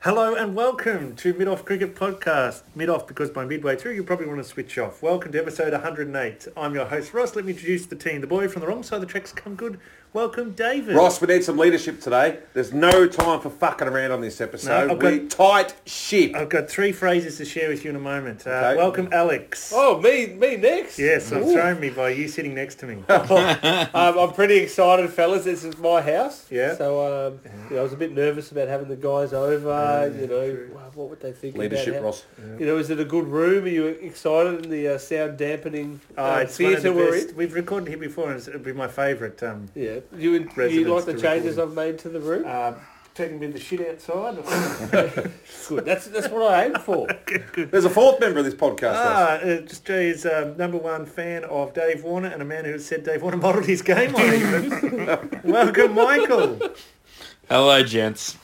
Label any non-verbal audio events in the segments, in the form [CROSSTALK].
Hello and welcome to Mid Off Cricket Podcast. Mid Off because by midway through you probably want to switch off. Welcome to episode 108. I'm your host Ross. Let me introduce the team. The boy from the wrong side of the tracks come good. Welcome David. Ross, we need some leadership today. There's no time for fucking around on this episode. No, I've we tight ship. I've got three phrases to share with you in a moment. Uh, Okay. Welcome Alex. Oh, me, me next. Yes, I'm thrown me by you sitting next to [LAUGHS] me. Uh, Um, I'm pretty excited, fellas. This is my house. Yeah. So um, you know, I was a bit nervous about having the guys over. you know, wow, what would they think? leadership, about how- Ross. You know, is it a good room? Are you excited in the uh, sound dampening Oh, uh, it's one of the theatre we're best. in? We've recorded here before and it's- it'll be my favourite. Um, Yeah. You, you Residents like to the changes record. I've made to the room? uh, taking a bit of the shit outside. [LAUGHS] good. That's that's what I aim [LAUGHS] for. There's a fourth member of this podcast, Ross. Ah, uh, just Jay is um, number one fan of Dave Warner and a man who said Dave Warner modelled his game on him. [LAUGHS] Welcome, Michael. Hello, gents.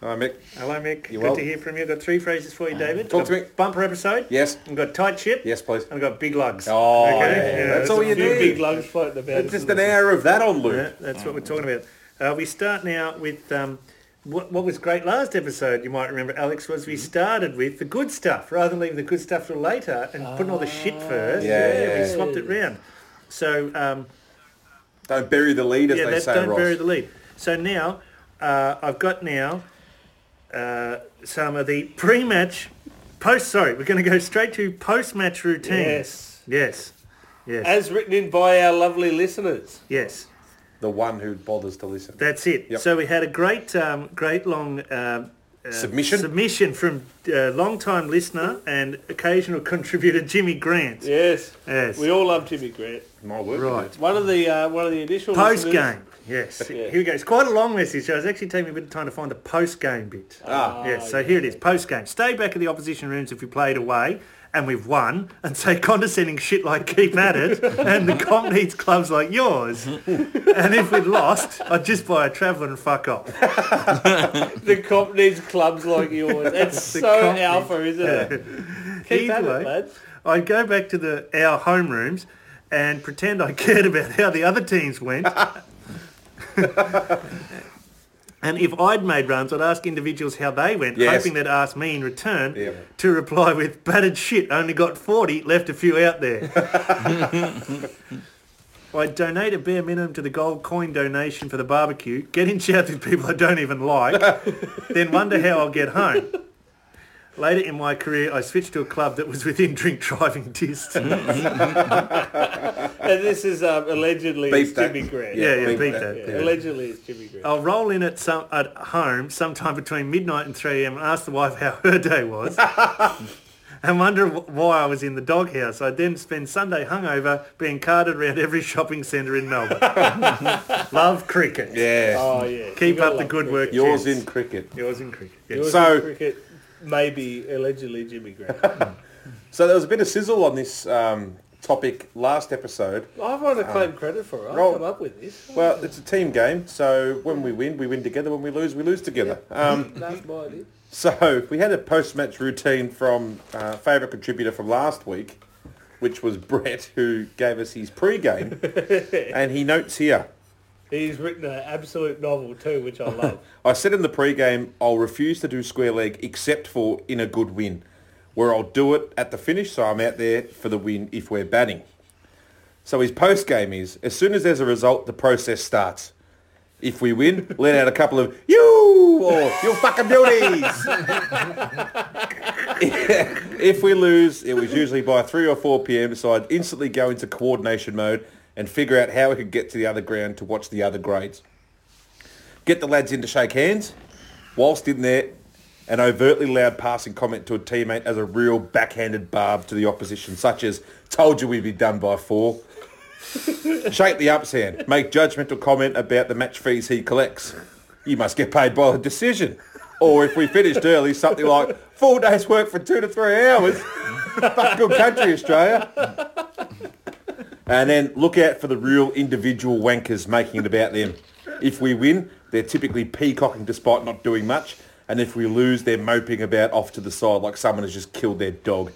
Hi, Mick. Hello, Mick. You're Good wel- to hear from you. I've got three phrases for you, David. Talk I've to got me. Bumper episode. Yes. I've got tight ship. Yes, please. And I've got big lugs. Oh, yeah. Yeah, that's, that's all a you Few big need. lugs floating about. It's just an hour of that on loop. Yeah, that's what we're talking about. Uh, we start now with um, what, what was great last episode, you might remember, Alex, was Mm-hmm. we started with the good stuff rather than leaving the good stuff till later and putting all the shit first. Yeah, yeah. We swapped it round. So, um, Don't bury the lead, as yeah, they that, say, don't Ross. bury the lead. So now, uh, I've got now uh, some of the pre-match, post, sorry, we're going to go straight to post-match routines. Yes. Yes. Yes. As written in by our lovely listeners. yes. the one who bothers to listen. That's it. Yep. So we had a great, um, great long um, uh, Submission? submission from uh, long-time listener and occasional [LAUGHS] contributor Jimmy Grant. Yes. Yes. We all love Timmy Grant. My word. Right. One of the uh, one of the initial Post listeners- game. Yes. Yeah. Here we go. It's quite a long message, so it's actually taking me a bit of time to find the post game bit. Uh, Ah. yes. So here it is. Post game. Stay back in the opposition rooms if we played away and we've won, and say condescending shit like "keep at it" and the comp needs clubs like yours. and if we'd lost, I'd just buy a traveller and fuck off. The cop needs clubs like yours. [LAUGHS] It's The so cop alpha, isn't it? Keep Either at way. it, lads. I'd go back to the our homerooms and pretend I cared about how the other teams went. [LAUGHS] and if I'd made runs, I'd ask individuals how they went, Yes. hoping they'd ask me in return Yeah. to reply with battered shit, only got 40, left a few out there. I'd donate a bare minimum to the gold coin donation for the barbecue, get in chat with people I don't even like, then wonder how I'll get home. Later in my career, I switched to a club that was within drink driving distance. And this is um, allegedly Beep it's that. Jimmy Grant. Yeah, yeah, beep beat that, that. Yeah, yeah. Allegedly it's Jimmy Grant. I'll roll in at some at home sometime between midnight and 3 a.m. and ask the wife how her day [LAUGHS] was. And wonder wh- why I was in the doghouse. I then spend Sunday hungover being carted around every shopping centre in [LAUGHS] Melbourne. Love cricket. Yeah. Oh yeah. You Keep gotta up the love good cricket. work. Yours gents. in cricket. Yours in cricket. yes. Yours So- is cricket maybe allegedly Jimmy [LAUGHS] Grant. So there was a bit of sizzle on this um, topic last episode. I want to claim credit for it. I Oh. Roll- come up with this. Well, it's a team game, so when we win, we win together. When we lose, we lose together. Um, That's my idea. So we had a post-match routine from uh, favourite contributor from last week, which was Brett, who gave us his pre-game, and he notes here. He's written an absolute novel too, which [LAUGHS] I love. I said in the pre-game, I'll refuse to do square leg except for in a good win, where I'll do it at the finish, so I'm out there for the win if we're batting. So his post-game is, as soon as there's a result, the process starts. If we win, let out a couple of, you, or you fucking beauties. [LAUGHS] if we lose, it was usually by 3 or 4 p.m., so I'd instantly go into coordination mode and figure out how we could get to the other ground to watch the other grades get the lads in to shake hands. Whilst in there, an overtly loud passing comment to a teammate as a real backhanded barb to the opposition, such as, told you we'd be done by four. [LAUGHS] shake the ups hand. Make judgmental comment about the match fees he collects. You must get paid by the decision. Or if we finished early, something like, full day's work for two to three hours. [LAUGHS] Fuck good country, Australia. And then look out for the real individual wankers making it about them. If we win, they're typically peacocking despite not doing much. And if we lose, they're moping about off to the side like someone has just killed their dog.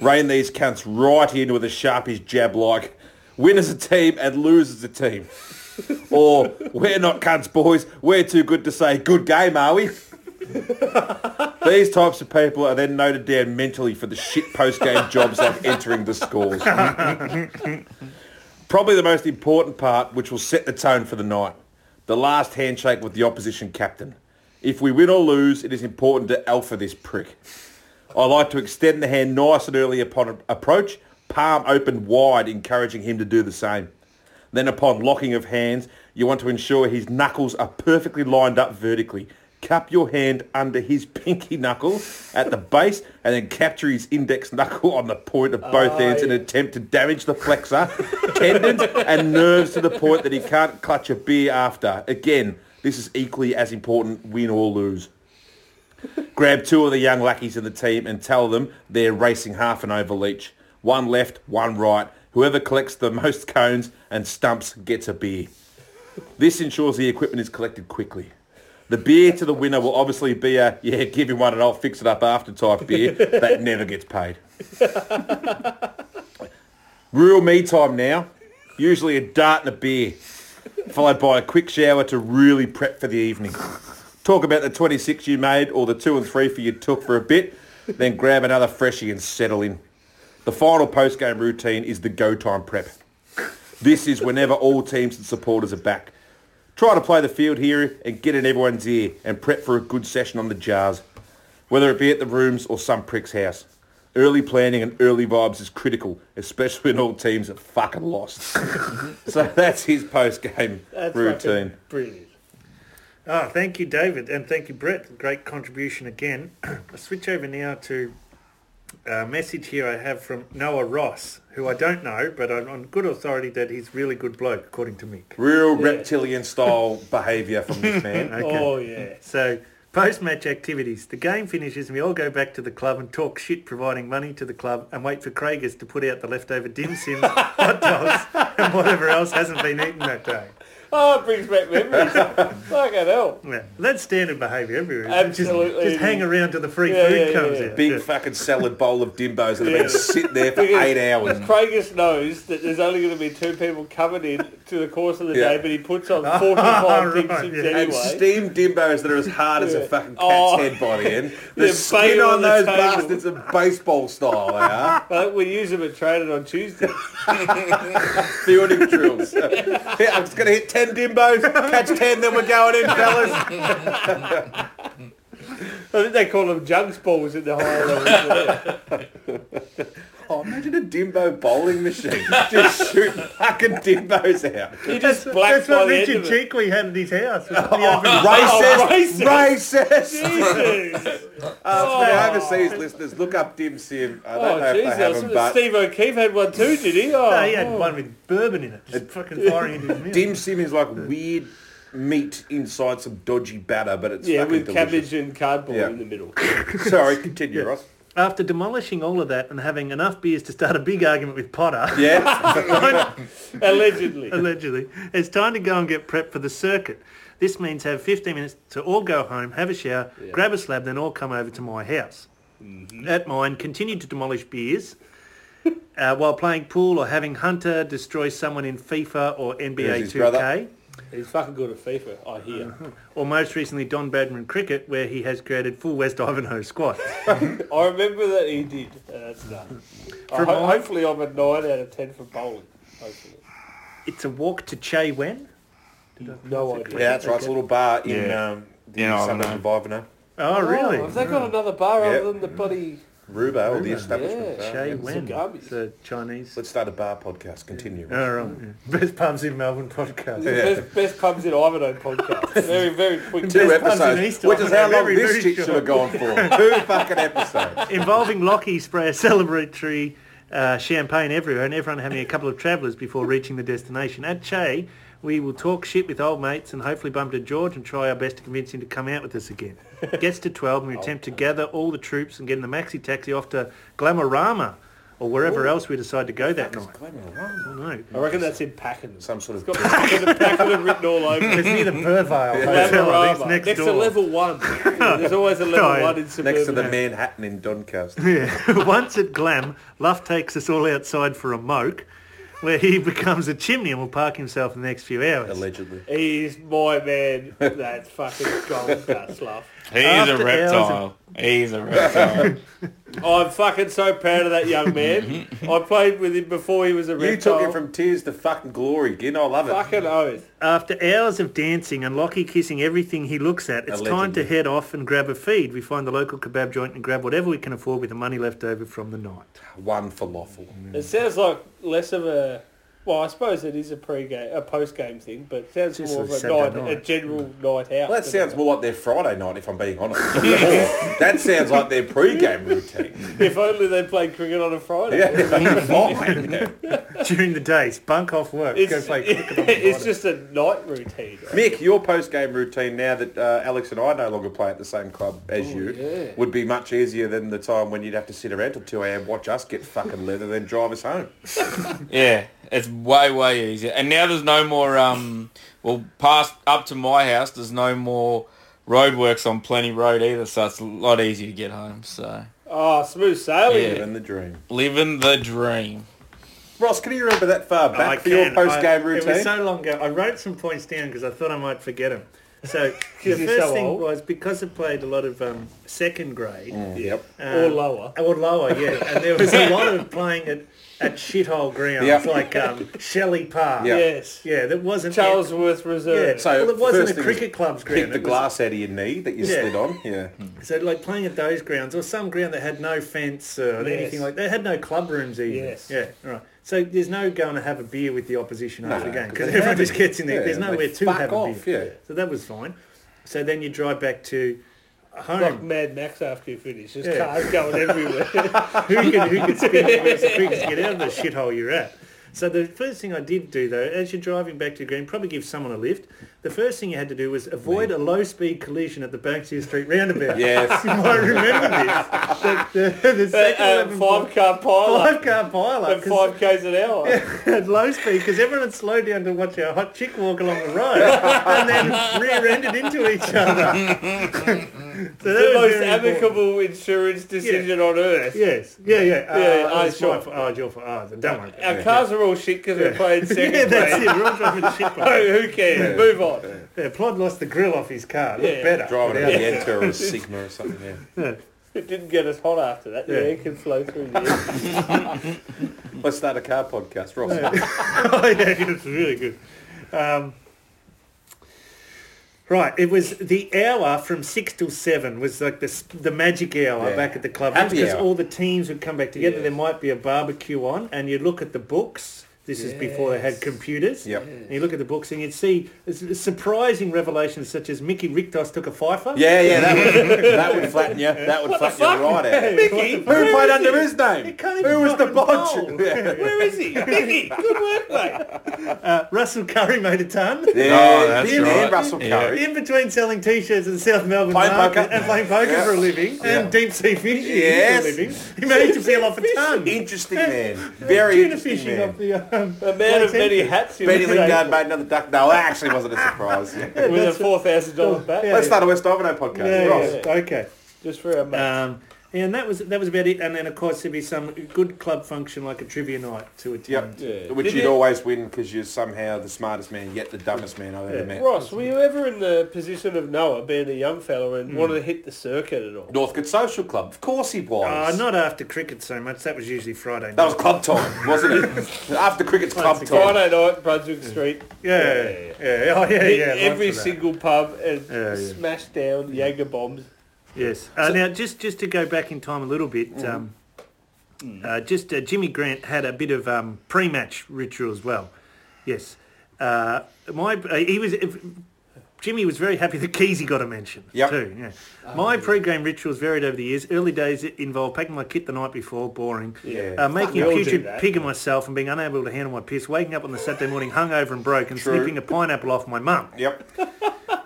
Rain these cunts right in with a sharpish jab like, win as a team and lose as a team. or, we're not cunts, boys. We're too good to say, good game, are we? These types of people are then noted down mentally for the shit post-game jobs like entering the scores. Probably the most important part, which will set the tone for the night. The last handshake with the opposition captain. If we win or lose, it is important to alpha this prick. I like to extend the hand nice and early upon a- approach, palm open wide, encouraging him to do the same. Then upon locking of hands, you want to ensure his knuckles are perfectly lined up vertically. Cup your hand under his [LAUGHS] pinky knuckle at the base and then capture his index knuckle on the point of both ends in an attempt to damage the flexor, [LAUGHS] tendons and nerves to the point that he can't clutch a beer after. Again, this is equally as important win or lose. Grab two of the young lackeys in the team and tell them they're racing half an oval each. One left, one right. Whoever collects the most cones and stumps gets a beer. This ensures the equipment is collected quickly. The beer to the winner will obviously be a, yeah, give him one and I'll fix it up after type beer that never gets paid. Real me time now. Usually a dart and a beer, followed by a quick shower to really prep for the evening. Talk about the 26 you made or the two and three for you took for a bit, then grab another freshie and settle in. The final post-game routine is the go time prep. This is whenever all teams and supporters are back. Try to play the field here and get in everyone's ear and prep for a good session on the jars, whether it be at the rooms or some prick's house. Early planning and early vibes is critical, especially when all teams are fucking lost. [LAUGHS] so that's his post-game That's routine. fucking Brilliant. Oh, thank you, David, and thank you, Brett. Great contribution again. [CLEARS THROAT] I switch over now to a message here I have from Noah Ross, who I don't know, but I'm on good authority that he's really good bloke, according to Mick. Real reptilian style [LAUGHS] behaviour from this man. Okay. Oh yeah. So, post-match activities. The game finishes and we all go back to the club and talk shit, providing money to the club and wait for Craigers to put out the leftover dim [LAUGHS] sims, hot dogs, and whatever else hasn't been eaten that day. Oh, it brings [LAUGHS] back memories. Fucking hell. Yeah, that's standard behaviour everywhere. isn't it? Just- Absolutely. Just, hang around till the free Yeah, food yeah, comes yeah. out. Big Yeah. fucking salad bowl of dimbos that have been Yeah. sitting there for Because- eight hours. Craigus knows that there's only going to be two people coming in to the course of the Yeah. day, but he puts on [LAUGHS] 45 Right, right, yeah. And anyway. steamed dimbos that are as hard as a fucking cat's Oh. head by the [LAUGHS] end. The Yeah, skin bail on on the those table. bastards are baseball style, they [LAUGHS] are. But we use them at training on Tuesday. Fielding [LAUGHS] drills. [LAUGHS] Yeah, I'm just going to hit 10 dimbos, catch 10, then we're going [LAUGHS] in, fellas. I think they call them jugs balls in the higher [LAUGHS] level. Oh, imagine a dimbo bowling [LAUGHS] machine. Just shoot fucking dimbos out. He just That's blacked by what the end Richard of it. Oh, Cheekley had at his [LAUGHS] house. [LAUGHS] Racist! racist. Racist! Jesus. Uh, for the overseas listeners, look up Dim Sim. I don't Oh, know if they have Jesus. them, but Steve O'Keefe had one too, did he? Oh, he had one with bourbon in it, just fucking firing into his mouth. [LAUGHS] Dim Sim is like weird meat inside some dodgy batter, but it's Yeah, fucking with delicious. cabbage and cardboard Yeah. in the middle. Sorry, continue, [LAUGHS] Ross. After demolishing all of that and having enough beers to start a big argument with [LAUGHS] Potter, Yeah, Allegedly. allegedly, it's time to go and get prepped for the circuit. This means have 15 minutes to all go home, have a shower, grab a slab, then all come over to my house. Mm-hmm. At mine, continue to demolish beers uh, while playing pool or having Hunter destroy someone in FIFA or NBA his 2K. brother. He's fucking good at FIFA, I hear. Uh-huh. or most recently Don Badman Cricket, where he has created full West Ivanhoe squad. I remember that he did. Uh, that's done. I From ho- my- hopefully I'm a 9 out of 10 for bowling. Hopefully. it's a walk to Che Wen. No yeah, idea. that's right. It's a little bar in Yeah. um, the Yeah, I suburbs know. of Ivano. Oh, really? Have they Mm. got another bar Yep. other than the bloody... Ruba, or the establishment. Yeah. bar, Che yeah. Wen. Zagami. It's a Chinese. Let's start a bar podcast. Continue. Ross. Oh, right. yeah. Best pubs in Melbourne podcast. the Best, best pubs in Ivanhoe [LAUGHS] podcast. Very, very quick. Two Best puns in episodes, East which is how Ivanhoe, long very, this very shit short. should have gone for. Two fucking episodes. Involving Lockie spray a celebratory uh, champagne everywhere and everyone having a couple of travellers before reaching the destination. At Che, we will talk shit with old mates and hopefully bump to George and try our best to convince him to come out with us again. Gets to 12 and we attempt to gather all the troops and get in the maxi taxi off to Glamorama or wherever else we decide to go that night. I don't I know. reckon that's in Packham. Some sort of It's got Packenham Packenham written all [LAUGHS] over it. It's near the Burvale Hotel. Panorama. It's next, next to door. [LAUGHS] level one. There's always [LAUGHS] a level Right. one in next to suburban. the Manhattan in Doncaster. Yeah. Once at Glam, Luff takes us all outside for a moke. where he [LAUGHS] becomes a chimney and will park himself in the next few hours. Allegedly. He's my man. That's fucking gold dust love. He's After hours a reptile. He's a reptile. I'm fucking so proud of that [LAUGHS] young man. I played with him before he was a You reptile. took it from tears to fucking glory, Gin. I love it. fucking oath. After hours of dancing and Lockie kissing everything he looks at, it's time to Allegedly. head off and grab a feed. We find the local kebab joint and grab whatever we can afford with the money left over from the night. [LAUGHS] One falafel. It sounds like less of a. Well, I suppose it is a pre-game, a post-game thing, but it sounds Just more a of a night, Saturday a night. general night out. Well, that sounds more like their Friday night, if I'm [LAUGHS] being honest. that sounds like their pre-game routine. [LAUGHS] If only they played cricket on a Friday. Yeah, fine. During the day, bunk off work, go It's, play cricket. on the [LAUGHS] it's night. just a night routine. [LAUGHS] Mick, your post-game routine now that uh, Alex and I no longer play at the same club as you yeah. would be much easier than the time when you'd have to sit around till 2 a.m., watch us get fucking leather, then drive us home. [LAUGHS] yeah, it's way way easier. And now there's no more. Um, well, past up to my house, there's no more roadworks on Plenty Road either, so it's a lot easier to get home. So Oh, smooth sailing. Yeah. Living the dream. living the dream. Ross, can you remember that far back I for your can. post-game I- routine? It was so long ago. I wrote some points down because I thought I might forget them. [LAUGHS] So the you're first so thing old. was because I played a lot of um, second grade. Yep. Or um, lower. Or lower, [LAUGHS] yeah. And there was a lot of playing at, at shithole grounds Yep. like um, Shelley Park. Yeah. Yes. Yeah, that wasn't... Charlesworth Yeah, Reserve. So well, it wasn't first a thing cricket club's ground. Pick the it was- glass out of your knee that you Yeah. Mm. slid on. Yeah. So like playing at those grounds or some ground that had no fence or Yes. anything like that. They had no club rooms even. Yes. Yeah, right. So there's no going to have a beer with the opposition after the game 'cause because they everyone have just it. gets in there. Yeah, there's they nowhere to fuck have off, a beer. yeah. So that was fine. So then you drive back to like home. Mad Max after you finish. Just Yeah. cars going [LAUGHS] [LAUGHS] everywhere. who can who can spin the wheels the quickest to get out of the shithole you're at? So the first thing I did do though, as you're driving back to Green, probably give someone a lift. The first thing you had to do was avoid a low-speed collision at the Banksia Street roundabout. Yes. [LAUGHS] You might remember this. The, the, the second Uh, eleven point- five car [LAUGHS] pile five car pile at up 'cause- five k's an hour. [LAUGHS] at low speed because everyone had slowed down to watch our hot chick walk along the road and then rear-ended into each other. [LAUGHS] so that The was most very important. amicable insurance decision on earth. Yes. Yeah, yeah. Uh, Yeah, yeah, oh, it's sure. mine for ours, you're for ours. And don't worry. Our cars are all shit because we're playing [LAUGHS] second yeah, that's grade. it. [LAUGHS] We're all driving shit. bro. [LAUGHS] Oh, who cares? Move on. Yeah, Plod lost the grill off his car. Looked Yeah. better. Driving without a it. Yenta or a Sigma or something. Yeah. It didn't get us hot after that. The Yeah. air can flow through the air. Let's start a car podcast, Ross. [LAUGHS] oh, yeah, it's really good. Um, right, it was the hour from six till seven was like the s- the magic hour Yeah. back at the club Happy because hour. all the teams would come back together. Yes. There might be a barbecue on, and you look at the books. This is before they had Yes. computers. Yep. And you look at the books and you'd see s- surprising revelations such as Mickey Rictos took a fifer. Yeah, yeah, that [LAUGHS] would, that would flatten you. That would flatten you right out. Mickey, [LAUGHS] [LAUGHS] Who where played is under he? his name? It can't even Who was the fucking bodge? [LAUGHS] bowl. Yeah. Where is he? Mickey, good work, mate. Uh, Russell Curry made a ton. Yeah, that's him right. and Russell Curry. Yeah. In between selling t-shirts in South Melbourne Playing market poker. and playing poker Yeah. for a living Yeah. and deep sea fishing Yes. for a living, he managed to peel off a ton. Interesting man. Very Tuna interesting fishing man. off the um, [LAUGHS] A man of Blake many Edwards. hats. he Benny was today Lingard made another duck. No, that actually wasn't a surprise. Yeah. With a That's four thousand dollar bet. Yeah. [LAUGHS] Let's start a West Domino podcast. Yeah, Ross. yeah, okay. Just for a mate. Um, yeah, and that was that was about it. And then of course there'd be some good club function like a trivia night to attend. Yep. Yeah. Which Did you'd you- always win because you're somehow the smartest man, yet the dumbest man I've Yeah. ever met. Ross, were you ever in the position of Noah, being a young fella, Hmm. and wanted to hit the circuit at all? Northcote Social Club. Of course he was. Uh, not after cricket so much. That was usually Friday night. That was club time, wasn't it? After cricket's club time. Friday night, Brunswick Street. yeah, yeah, yeah, yeah, Oh, [LAUGHS] yeah, Hit yeah. E- right every for that. single pub and Yeah, yeah. smash down Jager bombs. Yes. Uh, now, just just to go back in time a little bit, um, Mm. uh, just uh, Jimmy Grant had a bit of um, pre-match ritual as well. Yes. Uh, my uh, he was if, Jimmy was very happy [LAUGHS] that Keezy got a mention Yep. too. Yeah. my pre-game rituals varied over the years. Early days it involved packing my kit the night before, boring. Yeah. Uh, making we a all do putrid that. pig of myself and being unable to handle my piss. Waking up on the Saturday morning hungover and broke, and True. slipping a pineapple off my mum. Yep.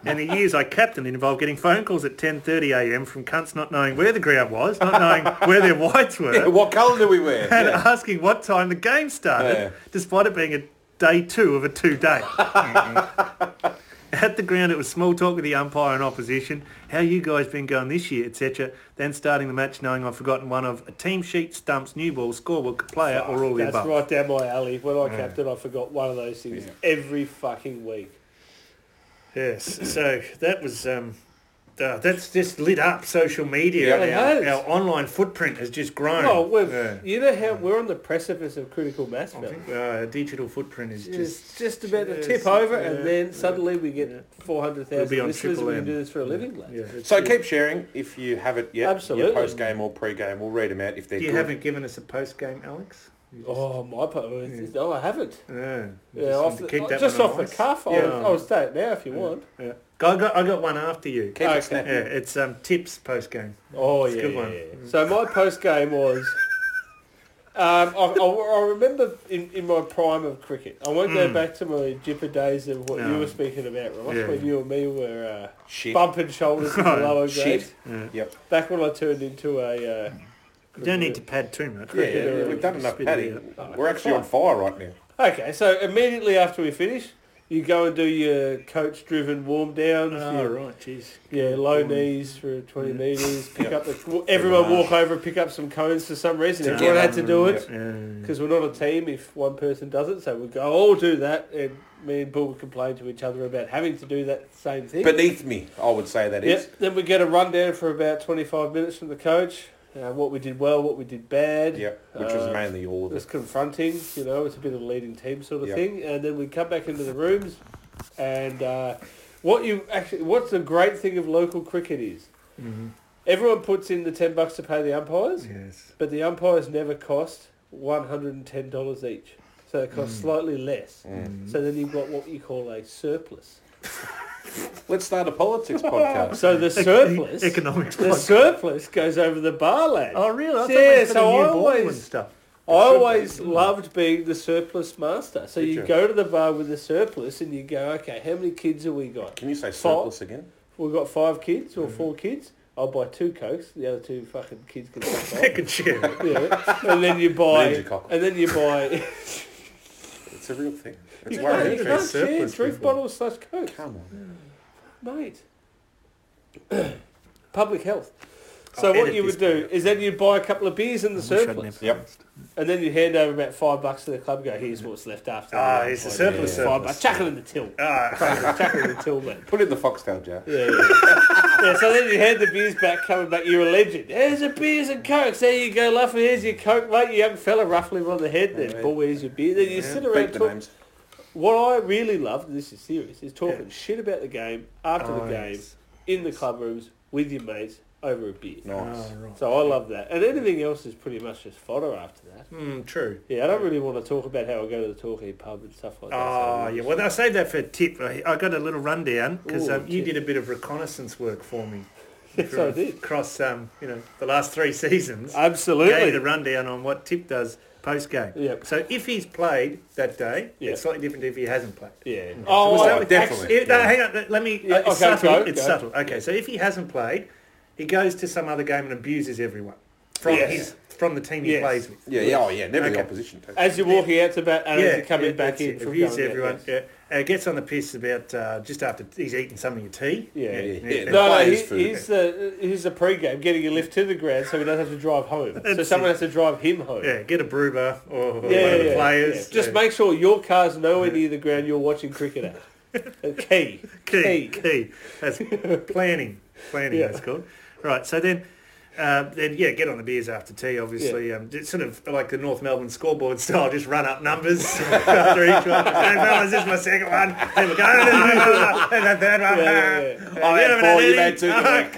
And the years I captained involved getting phone calls at 10.30am from cunts not knowing where the ground was, not [LAUGHS] knowing where their whites were, Yeah, What colour do we wear? [LAUGHS] and Yeah. asking what time the game started, Yeah. [LAUGHS] despite it being a day two of a two-day. Mm-hmm. At the ground, it was small talk with the umpire and opposition, how you guys been going this year, etc. Then starting the match knowing I've forgotten one of a team sheet, stumps, new ball, scorebook, player, or all the That's above. right down my alley. When I capped it, I forgot one of those things every fucking week. Yes, so that was um, uh, that's just lit up social media. Yeah, it our, has. our online footprint has just grown. Oh, we've, Yeah. you know how we're on the precipice of critical mass, I fella. think uh, our digital footprint is just. It's just about to tip Yes, over, yeah, and then suddenly we get yeah. four hundred We'll be thousand on listeners, and Triple we can M. do this for a living, lad. Yeah, it's- So keep sharing if you haven't yet. Absolutely. Post game or pre game, we'll read them out if they're you good. haven't given us a post game, Alex. Oh my po Yeah. No, I haven't. Yeah, Yeah, off the, just one off on the ice. cuff. Yeah. I'll, I'll stay it now if you want. Yeah. I got I got one after you. Keep Okay. it snappy. Yeah, it's um, tips post game. Oh It's a yeah, good one. yeah, yeah. So my post game was. Um, I, I, I remember in, in my prime of cricket, I won't go Mm. back to my jipper days of what No. you were speaking about, right? Yeah. When you and me were uh, Shit. bumping shoulders in [LAUGHS] the lower Shit. grades. Yeah. Yep. Back when I turned into a. Uh, You don't need to pad too much. Yeah, yeah, yeah, we've done enough Spit it padding. out. We're actually on fire right now. uh, Okay, so immediately after we finish, you go and do your coach-driven warm downs, Oh your, right, jeez. your low knees for 20 metres, pick Yeah. up the... Everyone walk over and pick up some cones for some reason. Yeah. Everyone had to do it, Yeah. because we're not a team if one person does it, so we go all do that, and me and Bill would complain to each other about having to do that same thing. Beneath me, I would say that is. Yep, then we get a rundown for about 25 minutes from the coach, uh, what we did well, what we did bad. Yep. Which was Uh, mainly all of It's [LAUGHS] it. confronting, you know, it's a bit of a leading team sort of Yeah. thing. And then we come back into the rooms and uh, what you actually, what's the great thing of local cricket is Mhm. everyone puts in the 10 bucks to pay the umpires, Yes. but the umpires never cost $110 each. So it Mm. costs slightly less. So then you've got what you call a surplus. Let's start a [LAUGHS] politics podcast. So the surplus, Economics. the podcast. surplus goes over the bar lad. Oh really? I thought Yeah, it was for so the new I ball and always- stuff. I always loved being the surplus master. So Did you you? go to the bar with the surplus and you go, okay, how many kids have we got? Can you say Fart. surplus again? We've got five kids Mm-hmm. or four kids. I'll buy two Cokes. The other two fucking kids [LAUGHS] [LAUGHS] can They fuck could share. it. off. yeah. And then you buy... Ninja cockle. And then you [LAUGHS] buy... It's a real [LAUGHS] thing. It's you one of the can't, you Ninja can't trees. share surplus drink people. bottles slash Cokes. Come on. Mate. [CLEARS THROAT] Public health. So I'll what edit you this would do is then you'd buy a couple of beers in the surplus. Yep. And then you hand over about five bucks to the club. Go here's what's left after. Ah, the it's the umpire." surplus Five surplus. bucks. Chuck it in the till. Ah, Chuck it in the till, mate. Put it in the foxtail jar. Yeah, yeah. yeah. So then you hand the beers back, coming back. You're a legend. There's your beers and cokes. There you go, Luffy. Here's your coke, mate. You young fella, roughly on the head. Then Yeah. boy, here's your beer. Then you sit around. Beat the Talk- names. what I really loved, and this is serious, is talking Yeah. shit about the game after Oh, the game yes. in the club rooms with your mates over a beer. Nice. Oh, right. So I love that. And anything else is pretty much just fodder after that. Hmm, true. Yeah, I don't really want to talk about how I go to the Torquay pub and stuff like that. Oh, so- yeah. Well, I saved that for a tip. I I got a little rundown because Ooh, um, you tip. did a bit of reconnaissance work for [LAUGHS] me. Yes, I did. Across, um, you know, the last three [LAUGHS] seasons. Gave you the Absolutely. rundown on what Tip does post game. Yep. So if he's played that day, Yeah. it's slightly different if he hasn't played. Yeah. Was Oh, that I- with- definitely. If- no, hang on. let- Let me. Yeah, it's okay, subtle. go, it's go. subtle. Okay, so if he hasn't played, he goes to some other game and abuses everyone from Yes. his from the team he Yes. plays with. Yeah, yeah, oh yeah, never the Okay. opposition team. As you're walking out to bat, and as you're coming yeah, back that's in it. from Abuse going out, everyone. yes. Yeah, uh, gets on the piss about uh, just after he's eaten some of your tea. Yeah, yeah, yeah. No, no, Players' he, food. he's the he's the pre-game getting a lift to the ground, so he doesn't have to [LAUGHS] drive home. so someone has to drive him home. Yeah, get a brewer or Yeah, one yeah, of the yeah. players. Yeah. Just Yeah. make sure your car's nowhere near the ground you're watching cricket [LAUGHS] at. A key, key, key. key. [LAUGHS] That's planning, planning. Yeah. That's called. Right. So then, uh, then yeah, get on the beers after tea. Obviously, um, it's sort of like the North Melbourne scoreboard style. Just run up numbers [LAUGHS] after each one. Hey fellas, this is my second one. There we go. [LAUGHS] And the third one. Yeah, yeah, [LAUGHS] yeah. "Ah, I had haven't four, you anything." [LAUGHS] had two, come on,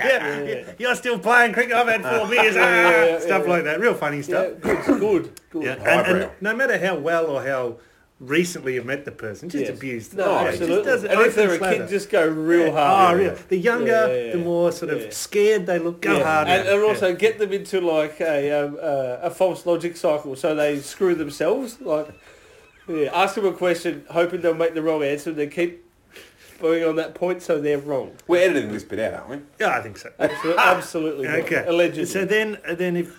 Yeah, yeah, You're still playing cricket. I've had four beers. Ah, [LAUGHS] yeah, yeah, stuff yeah. like that. Real funny Yeah, stuff. good, good, good. Yeah, and, Highbrow. and no matter how well or how recently you've met the person, just Yes. abuse them. No, Yeah, it just absolutely. doesn't- and if they're a opens kid, ladder. just go real Oh, hard. really? The younger, Ah, Yeah, yeah, yeah. the more sort of Yeah. scared they look. Go Yeah. harder. And, and also Yeah. get them into like a um, uh, a false logic cycle, so they screw themselves. Like, yeah, ask them a question, hoping they'll make the wrong answer, and they keep going on that point, so they're wrong. We're editing this bit out, aren't we? yeah, I think so. [LAUGHS] Absolutely, absolutely wrong. Okay. Allegedly. So then, then if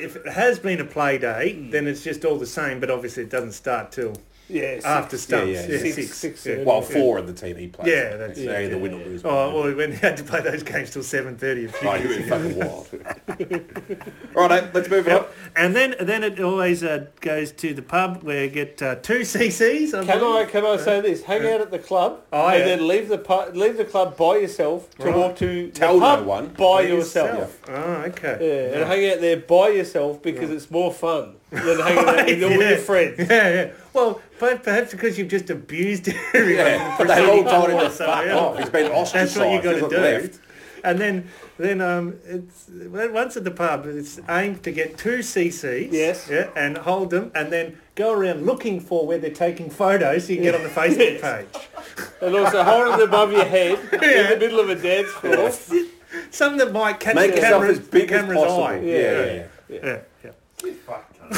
if it has been a play day, then it's just all the same. But obviously, it doesn't start till Yeah, Hmm. six, after stumps. yeah, Yeah, yeah. six, Six, six, yeah. yeah. Well, four in the team he plays. Yeah, that's- so yeah, either yeah, win or yeah. lose. Oh, well, when they [LAUGHS] had to play those games till seven thirty a few Oh, years you're ago. [LAUGHS] fucking wild. [LAUGHS] All right, mate, let's move it up. And then, then it always uh, goes to the pub where you get uh, two [LAUGHS] CCs. I Can I believe. can I say this? Hang Uh, out at the club Oh, and yeah. then leave the pu- leave the club by yourself to Right. walk to Tell the no pub one. by By yourself. Oh, okay. Yeah. and hang out there by yourself because it's more fun than hanging [LAUGHS] out with all your friends. [LAUGHS] Yeah, yeah. Well, but perhaps because you've just abused everyone. Yeah, in the they all preceding told him one, to so, fuck yeah. off. He's been ostracised. That's what you got He's to not do. left. And then, then um, it's well, once at the pub, it's aimed to get two CCs. Yes. Yeah, and hold them, and then go around looking for where they're taking photos. So you can get on [LAUGHS] the Facebook page. And also hold it above your head in the middle of a dance floor. Some that might catch Make the yourself camera's, as big as camera's possible. eye. Yeah, yeah, yeah. Yeah. yeah. yeah.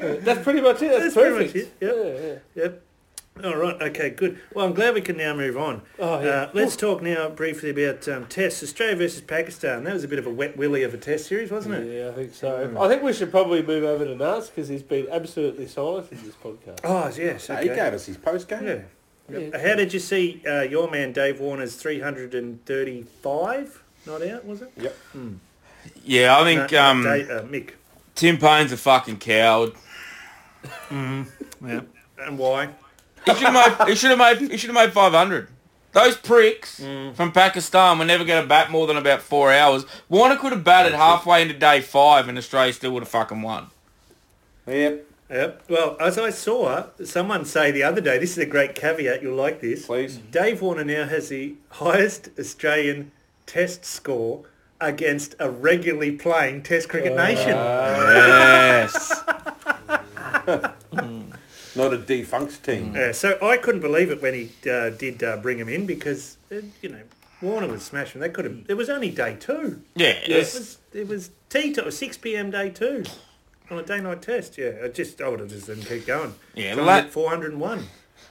That's pretty much it. That's, That's pretty perfect. much it. Yep. Yeah, yeah. Yep. All right. Okay. Good. Well, I'm glad we can now move on. Oh, yeah. uh, let's talk now briefly about um, tests. Australia versus Pakistan. That was a bit of a wet willy of a test series, wasn't it? Yeah, I think so. Mm. I think we should probably move over to Nats because he's been absolutely silent in this podcast. Oh yes. So Okay. he gave us his post game. Yeah. Yeah. How did you see uh, your man Dave Warner's 335 not out? Was it? Yep. Yeah, I think No, um, Da- uh, Mick. Tim Payne's a fucking coward. Yeah. And why? He should have made. He should have made. He should have made five hundred. Those pricks from Pakistan were never going to bat more than about four hours. Warner could have batted halfway into day five, and Australia still would have fucking won. Yep. Yep. Well, as I saw someone say the other day, this is a great caveat. You'll like this. Please. Dave Warner now has the highest Australian test score against a regularly playing test cricket nation. Yes. Not a defunct team. Uh, so I couldn't believe it when he uh, did uh, bring him in because, uh, you know, Warner was smashing. They could have. It was only day two. yeah. It Yes. was, it was tea time, 6 p.m. day two on a day-night test. Yeah, I just, I would have just let him keep going. Yeah, So I'm let- at 401.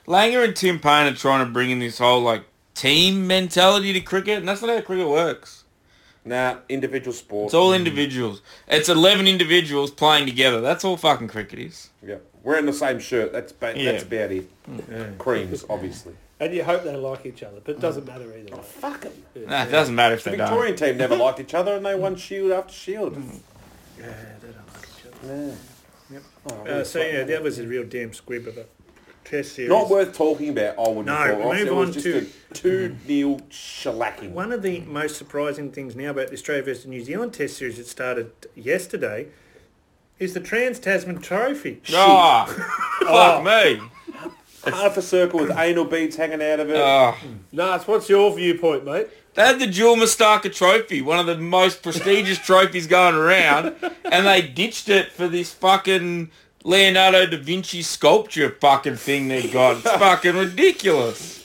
Langer and Tim Payne are trying to bring in this whole like team mentality to cricket, and that's not how cricket works. Nah, individual sport. It's all individuals. It's eleven individuals playing together. That's all fucking cricket is. Yep. We're in the same shirt. That's ba- Yeah. that's about it. Mm. Creams, obviously. And you hope they like each other, but it doesn't matter either way. Fuck 'em. Nah, it doesn't matter if The they don't. Victorian team [LAUGHS] never liked each other, and they won shield after Mm. shield. Yeah, they don't like each other. Nah. Oh, Uh, so, yeah, that was a real damn squib of a test series. Not worth talking about. I wouldn't No, have thought. Ross. move it was on just to- a two nil shellacking. One of the most surprising things now about the Australia versus New Zealand test series that started yesterday is the Trans-Tasman Trophy. Ah, fuck me. half a circle [COUGHS] with anal beads hanging out of it. Ah. Nats, what's your viewpoint, mate? They had the Jewel Mustaka Trophy, one of the most prestigious trophies going around, and they ditched it for this fucking Leonardo da Vinci sculpture fucking thing they got. It's fucking ridiculous.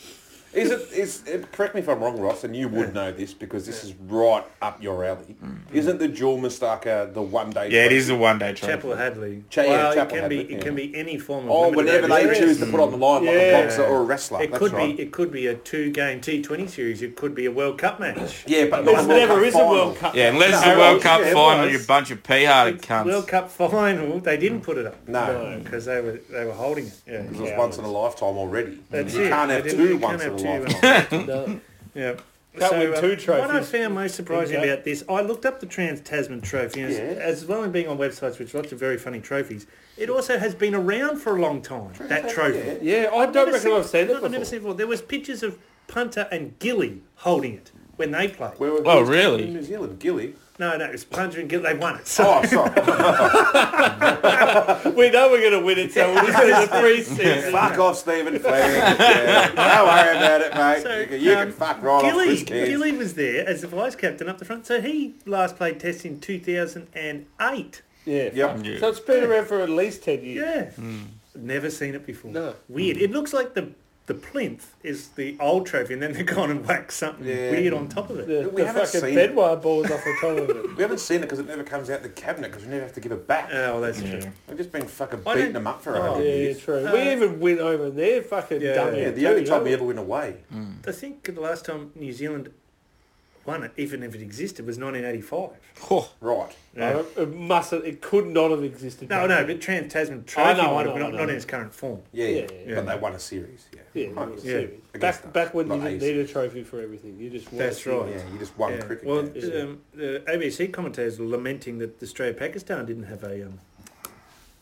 Is it is it, correct me if I'm wrong, Ross, and you would know this because this is right up your alley. Mm-hmm. Isn't the dual mustaka the one day? Yeah, it trophy? is a one-day trophy. Chapel Hadley. Cha- yeah, well, Chapel it can Hadley, be. It yeah. can be any form of. Or limited whatever Oh, they overs. choose to put on the line, like a Yeah. boxer or a wrestler. Mm. It that's could right. be. It could be a two-game T20 series. It could be a World Cup match. Yeah, but There not never Cup is a World final. Cup. Yeah, unless it's No, the World Cup yeah, it final, was. you bunch of pea-hearted World cunts. Cup final. They didn't put it up. No, because they were they were holding it. Yeah. because it's once in a lifetime already. That's you it. can't have They didn't- two you can't once in a have two. lifetime. No. Yeah. uh, Can't win two What I trophies. found most surprising Exactly. about this, I looked up the Trans Tasman Trophy, and as- Yeah. as well as being on websites with lots of very funny trophies, it also has been around for a long time. that trophy. Yeah, I don't Never reckon seen- I've seen it I've never before. seen it before. There was pictures of Punter and Gilly holding it when they played. Where were- Oh, really? In New Zealand, Gilly. No, no, it was Punter and Gilly. They won it. So Oh, [LAUGHS] sorry. We know we're going to win it, so we'll just do [LAUGHS] the pre-season. fuck off, Stephen Fleming. [LAUGHS] Yeah, Don't worry about it, mate. So, you can, you um, can fuck right off Gilly, this kid. Gilly was there as the vice captain up the front. So he last played Test in 2008. Yeah. Yep. Yeah. So it's been around for at least 10 years. Yeah. Hmm. Never seen it before. No. Weird. It looks like the the plinth is the old trophy and then they've [LAUGHS] gone and whacked something Yeah. weird on top of it. The, We the haven't fucking seen it. bedwire balls off the top of [LAUGHS] it. We haven't seen it because it never comes out the cabinet because we never have to give it back. Oh, well, that's true. We've just been fucking I beating don't- them up for a oh, hundred Yeah, yeah, years. true. Uh, we even went over there, fucking Yeah. dummy. Yeah, the too, only time Mm. don't we we? ever went away. I think the last time New Zealand one, even if it existed, was 1985. Oh, Right. Yeah. Like, it must. have- It could not have existed. No, back no, then. but Trans Tasman Trophy know, I might know, have been I know. not in its current form. Yeah, yeah, Yeah, yeah. But they won a series. Yeah. Yeah, Right. yeah. I guess Back not. back when Not you didn't A's. need a trophy for everything, you just won That's a series. right. Yeah, you just won Yeah. cricket. Well, games. games. um, the ABC commentators were lamenting that Australia-Pakistan didn't have a um,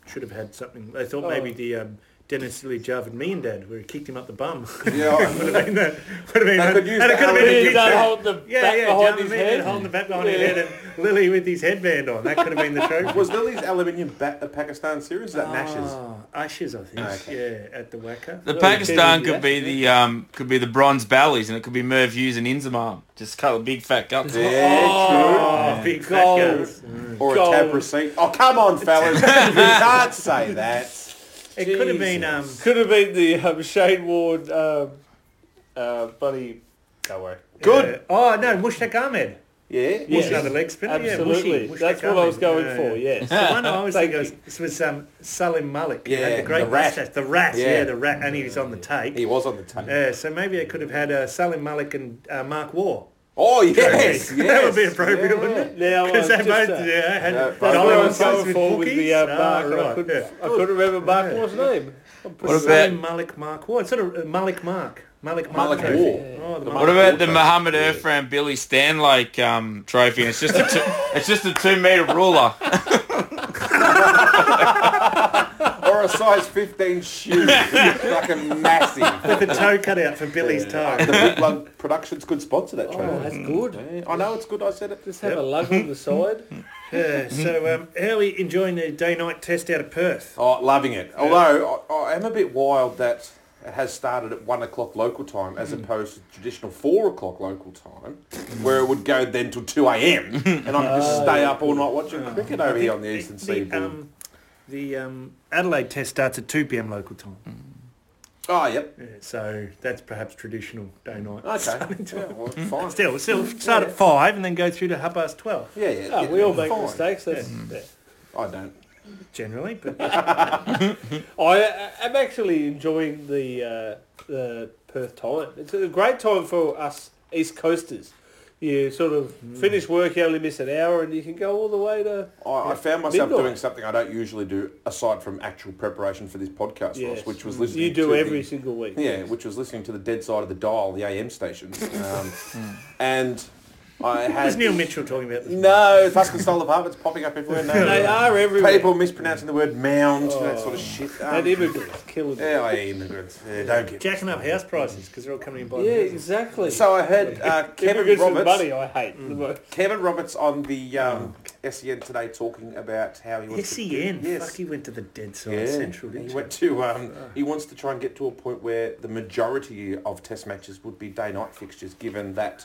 should have had something. They thought Oh. maybe the um, Dennis Lilly Jarvid me and Dad where he kicked him up the bum. Yeah, I- would have been that. Would have been They that. could use and it could that have Alan been a Lilly good He'd done shot. hold the Yeah, back yeah, behind Jarvid his me and Dad head. holding the bat behind Yeah. his head and Lily with his headband on. That could have been the trophy. was Lily's aluminium bat the Pakistan series? Is that Nash's? Ah, Ashes, I think. Yeah, at the Wacker. Oh, the No, Pakistan Kevin, could be the um, could be the bronze ballies, and it could be Merv Hughes and Inzamam. Just cut a big fat guts. Yeah, Oh, big fat Gold. goals. true. Or a God. tab receipt. Oh, come [LAUGHS] on, fellas. you can't say that. It could have been um, Could have been the um, Shane Ward, um, uh, buddy. Don't worry. Good. uh, oh no, Mushtaq Ahmed. Yeah. Was Yes. another leg spinner. Absolutely. Yeah, Mushy, Mushtaq That's what I was Ahmed. going Yeah, for. yeah. [LAUGHS] Yes. The one I always Thank think of was, was um, Salim Malik. Yeah, had the great the rat. mustache. The rat. Yeah. Yeah. the rat, and he was on the take. He was on the tape. Yeah, so maybe it could have had uh, Salim Malik and uh, Mark War. Oh, yes. yes. that would be appropriate, Yeah. wouldn't it? Now, uh, Because they just, both uh, yeah, had yeah, Yeah, both That's what I was Donovan going for with the uh, Mark. and I, Ah, right, couldn't, yeah. I couldn't remember Mark Yeah. Ward's name. I'm pretty What sure. about- Salim Malik Mark War. It's sort of uh, Malik Mark. Malik Mark. Malik trophy. War. Oh, the Malik What about Mark the Walker. Muhammad Irfan Billy Stanlake um, trophy? And it's just a two, [LAUGHS] it's just a two meter ruler. Or a size [LAUGHS] 15 shoe. Fucking massive. With the toe cut out for Billy's toe. The Big Blood Productions could sponsor that Oh, trailer. that's good. I know it's good. I said it. Just have a lug on the side. Yeah, so um, how are we enjoying the day-night test out of Perth? Oh, loving it. Although I, I am a bit wild that it has started at one o'clock local time as Mm. opposed to traditional four o'clock local time, where it would go then till two a.m. and I could just stay up all night watching cricket over here on the eastern Oh. The, seaboard. um, the um, Adelaide test starts at 2 p.m. local time. Mm. oh, yep. Yeah, so that's perhaps traditional day-night. Okay. Yeah, well, fine. Still, still start at 5 and then go through to half past 12 Yeah, yeah. Oh, yeah, we all make fine. mistakes. That's, yeah. I don't. generally. But [LAUGHS] I I- I'm actually enjoying the uh, the Perth time. It's a great time for us East Coasters. You sort of Hmm. finish work, you only miss an hour, and you can go all the way to. I, I found myself Midnight. doing something I don't usually do aside from actual preparation for this podcast, Ross, Yes. which was listening. You do to every the, single week. Yeah, which was listening to the dead side of the dial, the AM [LAUGHS] stations, um, and I was had Neil Mitchell talking about this? no fucking solar apartments popping up [LAUGHS] everywhere. No, They no. are everywhere. Oh. people mispronouncing the word mound, that sort of shit. and Um, immigrants killing it. yeah, I immigrants. Yeah, don't get. Jacking up house prices because they're all coming in by Yeah, the houses. exactly. So I heard uh, Kevin [LAUGHS] immigrants with Roberts. Hmm. money, I hate. [LAUGHS] Kevin Roberts on the um, SEN today talking about how he wants E to. SEN. Yes. Fuck, he went to the dead side Yeah, central, Ah. didn't he he? went to. Um, he wants to try and get to a point where the majority of Test matches would be day-night fixtures, given that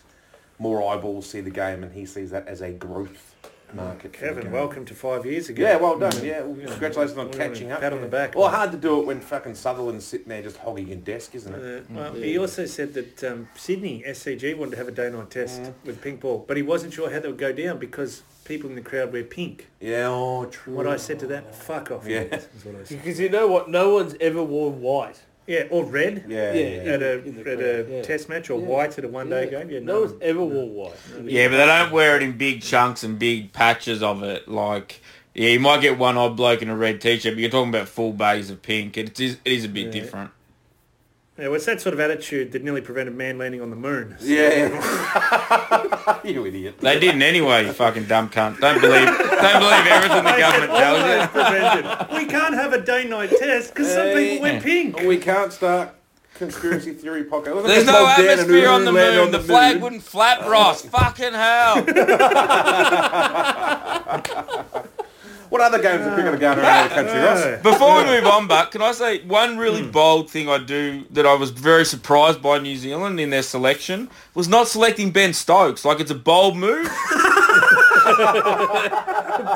more eyeballs see the game, and he sees that as a growth market. for the Kevin, game. welcome to five years ago. Yeah, well done. Yeah, well, congratulations on Well, catching up. pat on the back. Well, hard to do it when fucking Sutherland's sitting there just hogging your desk, isn't it? Uh, well, Mm. He also said that um, Sydney SCG wanted to have a day-night test Mm. with pink ball, but he wasn't sure how that would go down because people in the crowd wear pink. Yeah, oh, true. What I said to that, fuck off. Mm. Yeah. is what I said. Because you know what? No one's ever worn white. Yeah, or red Yeah, Yeah, yeah. at a In the at crowd, a yeah. test match, or Yeah. white at a one-day Yeah. game. Yeah, no one's ever worn white. Yeah, but they don't wear it in big chunks and big patches of it. Like, yeah, you might get one odd bloke in a red t-shirt, but you're talking about full bays of pink. It is, it is a bit Yeah. different. Yeah, well, it's that sort of attitude that nearly prevented man landing on the moon. Yeah. [LAUGHS] you idiot. They didn't anyway, you fucking dumb cunt. Don't believe, don't believe everything the government tells you. Almost [LAUGHS] prevented. We can't have a day-night test because some people wear pink. We can't start conspiracy theory podcast. Look at this There's no log down and atmosphere on the Uluru land moon. on the flag moon. wouldn't [LAUGHS] flap, Ross. Fucking hell. What other games are cricket going around the country, Ross? Before we move on, Buck, can I say one really bold thing I do that I was very surprised by New Zealand in their selection was not selecting Ben Stokes. Like it's a bold move.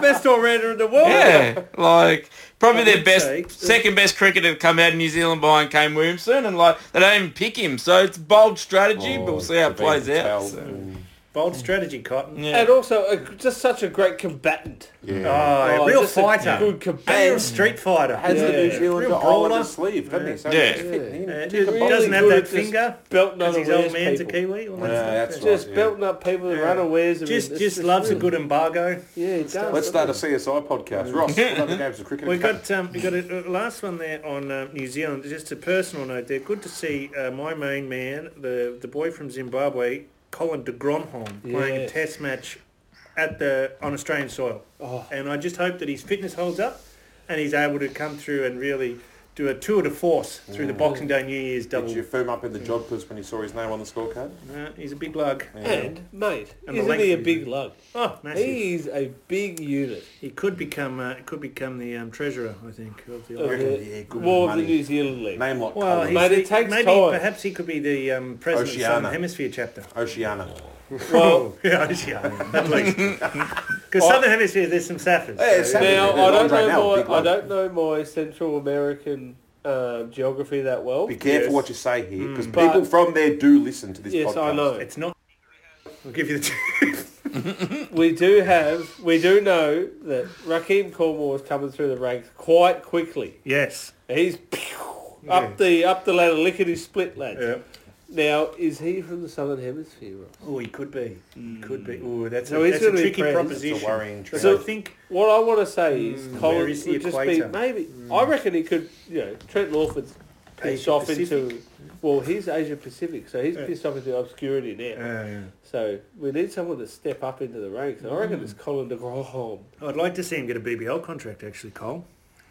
Best all-rounder in the world. [LAUGHS] yeah, like probably their would best, say- second best cricketer to come out of New Zealand behind Kane Oh, Williamson, and like they don't even pick him. So it's a bold strategy, but we'll see how it plays out. so. Bold strategy, Cotton. Yeah. And also, a, just such a great combatant. Yeah. Oh, a Oh, real just a fighter. good A real combatant. street fighter. Has Yeah. the New Yeah. Zealand Real on bowler. his sleeve, doesn't he? So Yeah. he's fit. He- Yeah, he- just really doesn't have good that at just finger belting because his unawares old man's people. a Kiwi. all that Yeah, stuff. that's right. Just Yeah. belting up people that Yeah. are unawares. I mean, Just, it's just loves a really- good [LAUGHS] embargo. Yeah, it does. Let's start a CSI podcast. Ross, what other games of cricket? We got um, we got a, a last one there on uh, New Zealand. Just a personal note there. Good to see uh, my main man, the the boy from Zimbabwe, Colin de Gronholm, playing a Yes. Test match at the on Australian soil. Oh. And I just hope that his fitness holds up, and he's able to come through and really do a tour de force through the Boxing Day New Year's double. Mm. Did you firm up in the job because when you saw his name on the scorecard? Uh, he's a big lug. And, mate, And the isn't he a length. big lug? Oh, massive. He, He's a big unit. could become uh, could become the um, treasurer, I think, of the. Of reckon, the- yeah, good with More of the money. New Zealand League. Name like Well, Colin. he's Mate, it the- takes maybe time. perhaps he could be the um, president of the Oceania. Southern Hemisphere chapter. Oceania. [LAUGHS] Well, [LAUGHS] Oh. Yeah, Oceania, [LAUGHS] at least. Because Southern Hemisphere, there's some sappers. Yeah, so- sap- now Yeah, I don't Andre Nell, know big my I lug. don't know my Central American uh, geography that well. Be careful Yes. what you say here Mm. because But- people from there do listen to this Yes, podcast. I know. It's not. I'll give you the. [LAUGHS] We do have we do know that Raheem Cornwall is coming through the ranks quite quickly. [LAUGHS] yes. He's [LAUGHS] pew, up the up the ladder, lickety split, lads. Yeah. Now, is he from the Southern Hemisphere? Ross? Oh, he could be. He Could be. Oh, that's So a, he's that's a gonna be tricky friends. proposition. It's a worrying So trend. I think What I want to say is, Mm, where Colin is the would just be equator? Mm. maybe. I reckon he could. You know, Trent Lawford's pissed Asia off Pacific. into. Well, he's Asia Pacific, so he's Yeah. pissed off into obscurity now. uh, So we need someone to step up into the ranks. And I Mm. reckon it's Colin de Graham. I'd like to see him get a BBL contract, actually, Cole.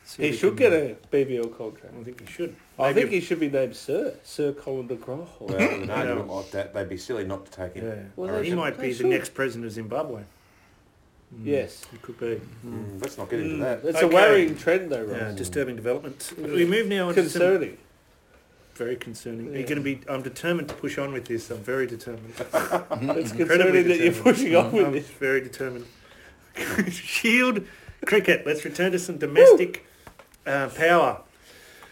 See He if should can- get a BBL contract. I think he should. Maybe I Mm. think he should be named Sir Sir Colin de Graham. Well, no, No. not like that. They'd be silly not to take Yeah. him. Well, Or they he should- might they be the should. next president of Zimbabwe. Mm. Yes, He could be. Mm, let's not get into that. it's a Okay. worrying trend though, Yeah, Uh, Ross. disturbing development. We move now into some Concerning. Very concerning. You're Yeah. going to be. I'm determined to push on with this. I'm very determined. It's Incredibly concerning that you're determined. pushing on with I'm this. very determined. [LAUGHS] Shield cricket. Let's return to some domestic uh, power.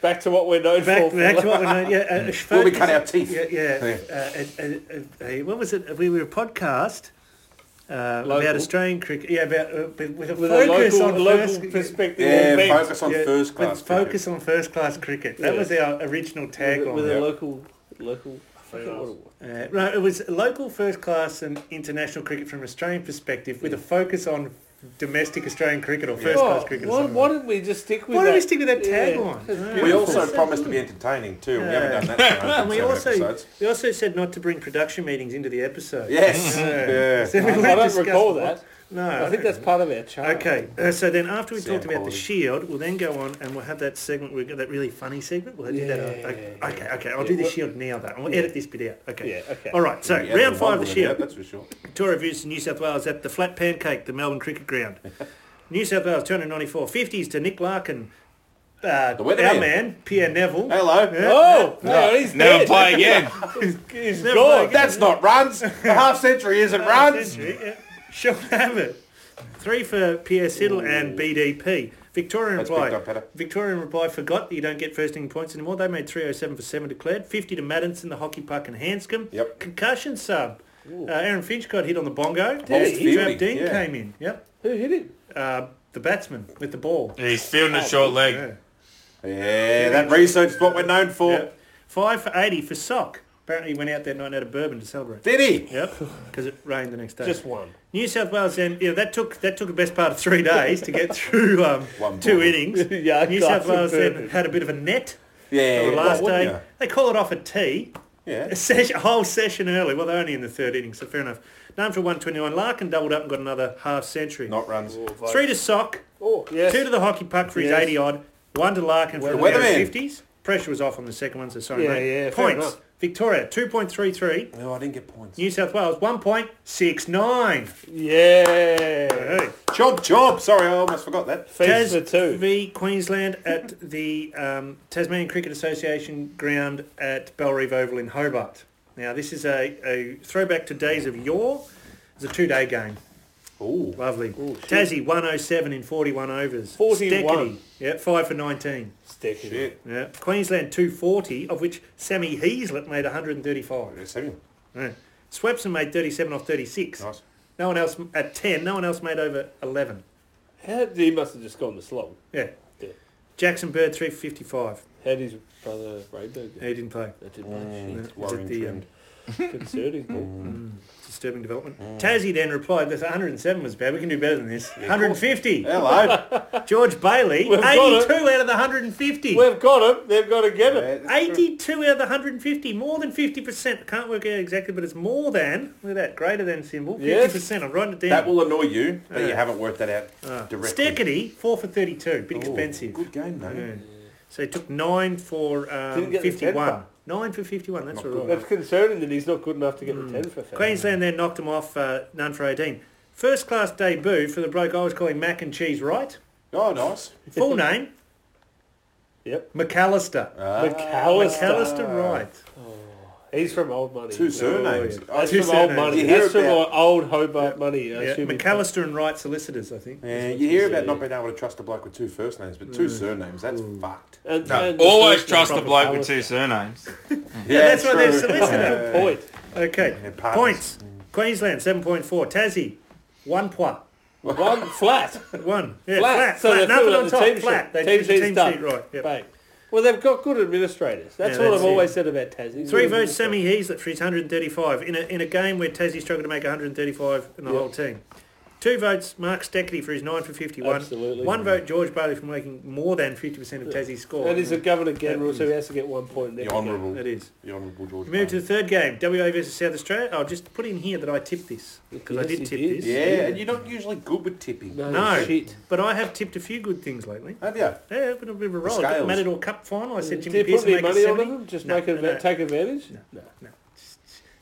Back to what we're known Back, for. back to what we know. [LAUGHS] Yeah, uh, Will we cut our teeth? Yeah, yeah. Uh, a, a, a, a, what was it? We were a podcast. Uh, about Local. Australian cricket, yeah, about uh, but with a [LAUGHS] With a focus local, on local first, perspective. Yeah, on things. focus on yeah, first with class. cricket. focus on first class cricket. That Yeah. was our original tagline. with, Yeah. a local local. I forget what Uh, it was. no, it was local first class and international cricket from an Australian perspective with a focus on domestic Australian cricket or first class Oh, cricket. or why, something why like didn't we just stick that. with Why that? don't we stick with that Yeah. tagline? Yeah. We also promised to be entertaining too. and We Yeah. haven't done that. [LAUGHS] for and we 107 also episodes. we also said not to bring production meetings into the episode. Yes. Yeah. [LAUGHS] Yeah. So we I would've don't discussed recall what- that. No, I think don't- that's part of our charm. Okay, uh, so then after we Sound talked about quality. the shield, we'll then go on and we'll have that segment. We've got that really funny segment. We'll do that. Yeah. Okay, okay, okay. I'll do the well- shield now though. We'll Yeah. edit this bit out. Okay. Yeah, okay. All right. So We haven't round five of the wobbled it shield. out, That's for sure. Tour of Views to New South Wales at the Flat Pancake, the Melbourne Cricket [LAUGHS] Ground. New South Wales 294 50s to Nick Larkin, uh, The our weatherman. man, Pierre Neville. Hello. Oh, no, he's Never dead. play again. [LAUGHS] He's Never gone. play That's not runs. A [LAUGHS] half century isn't runs. Century, yeah. Sean Abbott. Three for Pierre Siddle and BDP. Victorian That's reply. picked up better. Victorian reply forgot that you don't get first inning points anymore. They made 307 for seven declared. 50 to Maddinson, the hockey puck, and Hanscom. Yep. Concussion sub. Uh, Aaron Finch got hit on the bongo. Did he? Drab Dean Yeah. came in. Yep. Who hit him? Uh, the batsman with the ball. [LAUGHS] He's fielding Oh, a short leg. Yeah. Yeah, that research is what we're known for. Yep. Five for 80 for Sock. Apparently he went out that night and had a bourbon to celebrate. Did he? [LAUGHS] Yep, because it rained the next day. Just one. New South Wales then, yeah, that took that took the best part of three days to get through [LAUGHS] um, One two ball. innings. [LAUGHS] [LAUGHS] Yeah, New that's South Wales then perfect. had a bit of a net Yeah. on the last well, day. wouldn't They call it off at tea. you? Yeah. A, session, a whole session early. Well, they're only in the third inning, so fair enough. None for 129. Larkin doubled up and got another half century. Not runs. Three to Sock, Oh, yes. two to the hockey puck for his Yes. 80 odd, one to Larkin for The the weatherman. 50s. Pressure was off on the second one, so sorry, Yeah, mate. yeah, fair Points. enough. Victoria, 2.33. No, Oh, I didn't get points. New South Wales, 1.69. Yeah. Hey. Job, job. Sorry, I almost forgot that. Feast for Tas two. v Queensland at the um, Tasmanian Cricket Association ground at Belrive Oval in Hobart. Now this is a, a throwback to days of yore. It's a two-day game. Ooh. Lovely. shit. Tassie 107 in 41 overs. 41. Steckity, yeah, five for 19. Stick it. Shit. Yeah. Queensland 240, of which Sammy Heaslett made 135. Samuel. Yeah. Swepson made 37 off 36. Nice. No one else at 10. No one else made over 11. How, he must have just gone this long. Yeah. Yeah. Jackson Bird 355. How did his brother Rayburn He didn't play. That did Mm, much. it's worrying the, um, trend. [LAUGHS] Shit. Concerning. Mm. Disturbing development. Mm. Tassie then replied, "This 107 was bad. We can do better than this. 150. [LAUGHS] Hello. George Bailey, We've 82 got it. out of the 150. We've got him. They've got to get him. Yeah, that's 82 out of the 150, more than 50%. I can't work out exactly, but it's more than, look at that, greater than symbol, 50%. Yes. I'm writing it down. That will annoy you, but you Yeah. haven't worked that out directly. Steckity, 4 for 32, bit Ooh, expensive. Good game, though. Yeah. So he took 9 for um, Didn't get the 10 51. for. 9 for 51, that's Not all good. right. That's concerning that he's not good enough to get Hmm. the 10 for that. Queensland then knocked him off, uh, none for 18. First class debut for the bloke I was calling Mac and Cheese Wright. Oh, nice. [LAUGHS] Full name, Yep. McAllister. Ah, McAllister. McAllister Wright. He's from old money. Two surnames. yeah. Oh, That's Two from old surnames. money. You hear That's from about- old Hobart money. I Yeah, assume he- McAllister and Wright solicitors, I think. Yeah, you hear about not being able to trust a bloke with two first names, but Mm. two surnames, that's [LAUGHS] fucked. And, No. and Always first trust one a from bloke with McAllister. two surnames. Yeah, that's why they're true. solicitor. Yeah. Point. Okay. Yeah, partners. Points. Queensland, 7.4. Tassie, 1 point. One flat. 1. Yeah, Flat. flat. So they're flat. Nothing on still at the top. team flat. sheet. They Team did the sheet's team done. sheet right. Yep. Bang. Well, they've got good administrators. That's Yeah, what that's I've it. always said about Tassie. Three votes, Sammy Hees at 335 in a, in a game where Tassie struggled to make 135 in the Yep. whole team. Two votes, Mark Steckity for his 9 for 51. Absolutely. One vote, George Bailey for making more than 50% of Tassie's score. That is a governor again rule, so he has to get one point. in every The honourable, That is. the honourable George. We move to the Bailey. third game, WA versus South Australia. I'll just put in here that I tipped this because Yes, I did you tip did. this. yeah, and you're not usually good with tipping. game. No, No. shit. But I have tipped a few good things lately. Have you? Yeah, but a bit of a roll. Scales. Matador Cup final. I said Did Jimmy Mm. you put Pearson any make money a on 70. them? Just No, make no, adva- no. take advantage? No.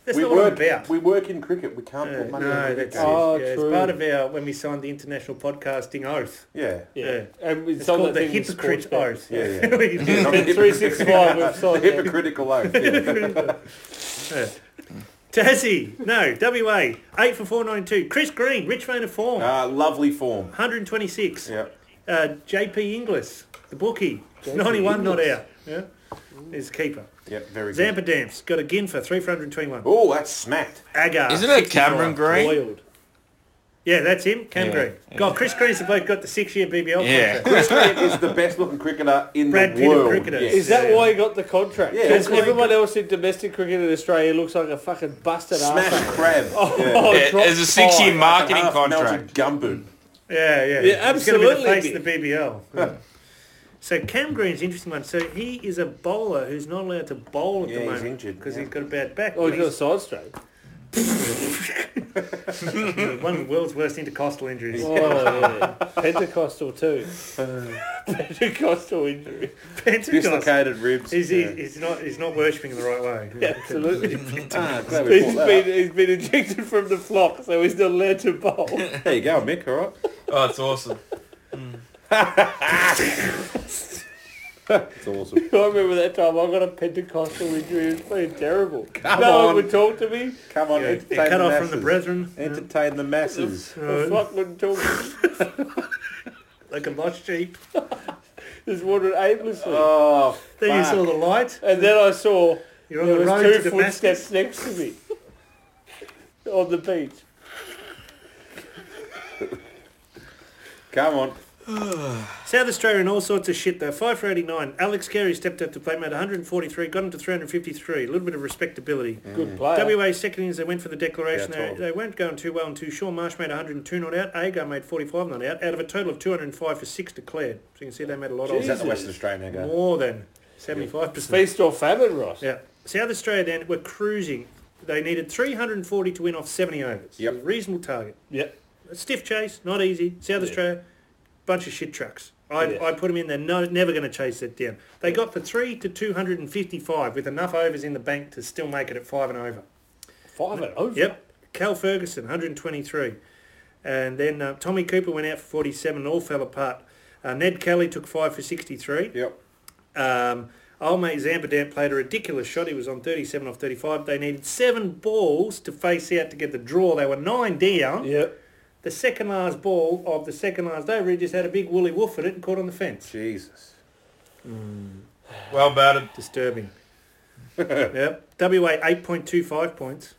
That's we not what I'm work. about. We work in cricket. We can't Yeah, put money. on no, cricket that's it. games. Oh, yeah, true. It's part of our when we signed the international podcasting oath. [LAUGHS] Yeah. Yeah. Yeah. And It's called the hypocrite oath. Yeah, [LAUGHS] yeah. We did. Yeah, not [LAUGHS] Been the 365 hypocrite- [LAUGHS] website, the yeah. hypocritical oath. [LAUGHS] Yeah. Yeah. Tassie, no, WA, eight for four ninety two. Chris Green, rich vein of form, Ah, lovely form. one hundred twenty six. Yeah. Uh, JP Inglis, the bookie, ninety one not out. Yeah, his keeper. Yeah. Very good. Zampa Damps got a gin for three for hundred twenty one. Oh, that's smacked. Agar, Isn't it Cameron Green? Boiled. Yeah, that's him, Cam Yeah, Green. yeah. God, Chris Green's the bloke got the six-year BBL Yeah. contract. Chris Grant is the best looking cricketer in Brad the Pitt of world. cricketers. Yes. Is that Yeah. why he got the contract? Yeah. Because That's why he everyone else in domestic cricket in Australia looks like a fucking busted Smash ass. crab. Yeah. [LAUGHS] Oh, Yeah, drop it's a six-year five. marketing Half contract. melted gumboot. Yeah, yeah. Yeah, He's gonna be the absolutely. face of the BBL. So Cam Green's an interesting one. So he is a bowler who's not allowed to bowl at Yeah, the he's moment injured, because yeah. he's got a bad back. Oh, But he's got a side stroke. he's one of the world's worst intercostal injuries. Oh, yeah. Pentecostal too. [LAUGHS] Pentecostal injury. Pentecost. Dislocated ribs. He's, Yeah. he's, he's not he's not worshipping in the right way. Yeah, absolutely. Ah, glad we He's brought that been, he's been ejected from the flock, so he's not allowed to bowl. up. There you go, Mick. All right. Oh, it's awesome. [LAUGHS] It's awesome. I remember that time I got a Pentecostal injury. It was playing terrible. Come no one on. would talk to me. Come on, Yeah, entertain they're cut the off masses. from the brethren, Entertain the masses. Uh. The flock wouldn't talk. to me. like a lost sheep. Just wandered aimlessly. Oh, Then you saw fuck. the light. and then I saw You're on there the was road two to Damascus. footsteps next to me [LAUGHS] on the beach. Come on. South Australia and all sorts of shit though. Five for eighty-nine. Alex Carey stepped up to play, made 143, got him to 353. A little bit of respectability. Good player. WA second innings, they went for the declaration. Oh. Yeah, they, twelve. they weren't going too well until Shaw Marsh made 102 not out. Agar made 45 not out, out of a total of 205 for six declared. So you can see they made a lot Oh, Is that the of Western Australian guy? more than 75%. Feast or famine, Ross. Yeah. South Australia then were cruising. They needed 340 to win off 70 overs. Yep. It was a reasonable target. Yep. A stiff chase, not easy. South Australia, bunch of shit trucks. I, Yeah. I put them in. They're no, never going to chase that down. They got for three to 255 with enough overs in the bank to still make it at five and over. Five and over. Yep. Cal Ferguson, 123. And then uh, Tommy Cooper went out for 47 and all fell apart. Uh, Ned Kelly took five for 63. Yep. Um, old mate Zampadamp played a ridiculous shot. He was on 37 off 35. They needed seven balls to face out to get the draw. They were nine down. Yep. The second last ball of the second last over, he just had a big woolly woof at it and caught on the fence. Jesus. Well batted. Disturbing. yep. WA 8.25 points.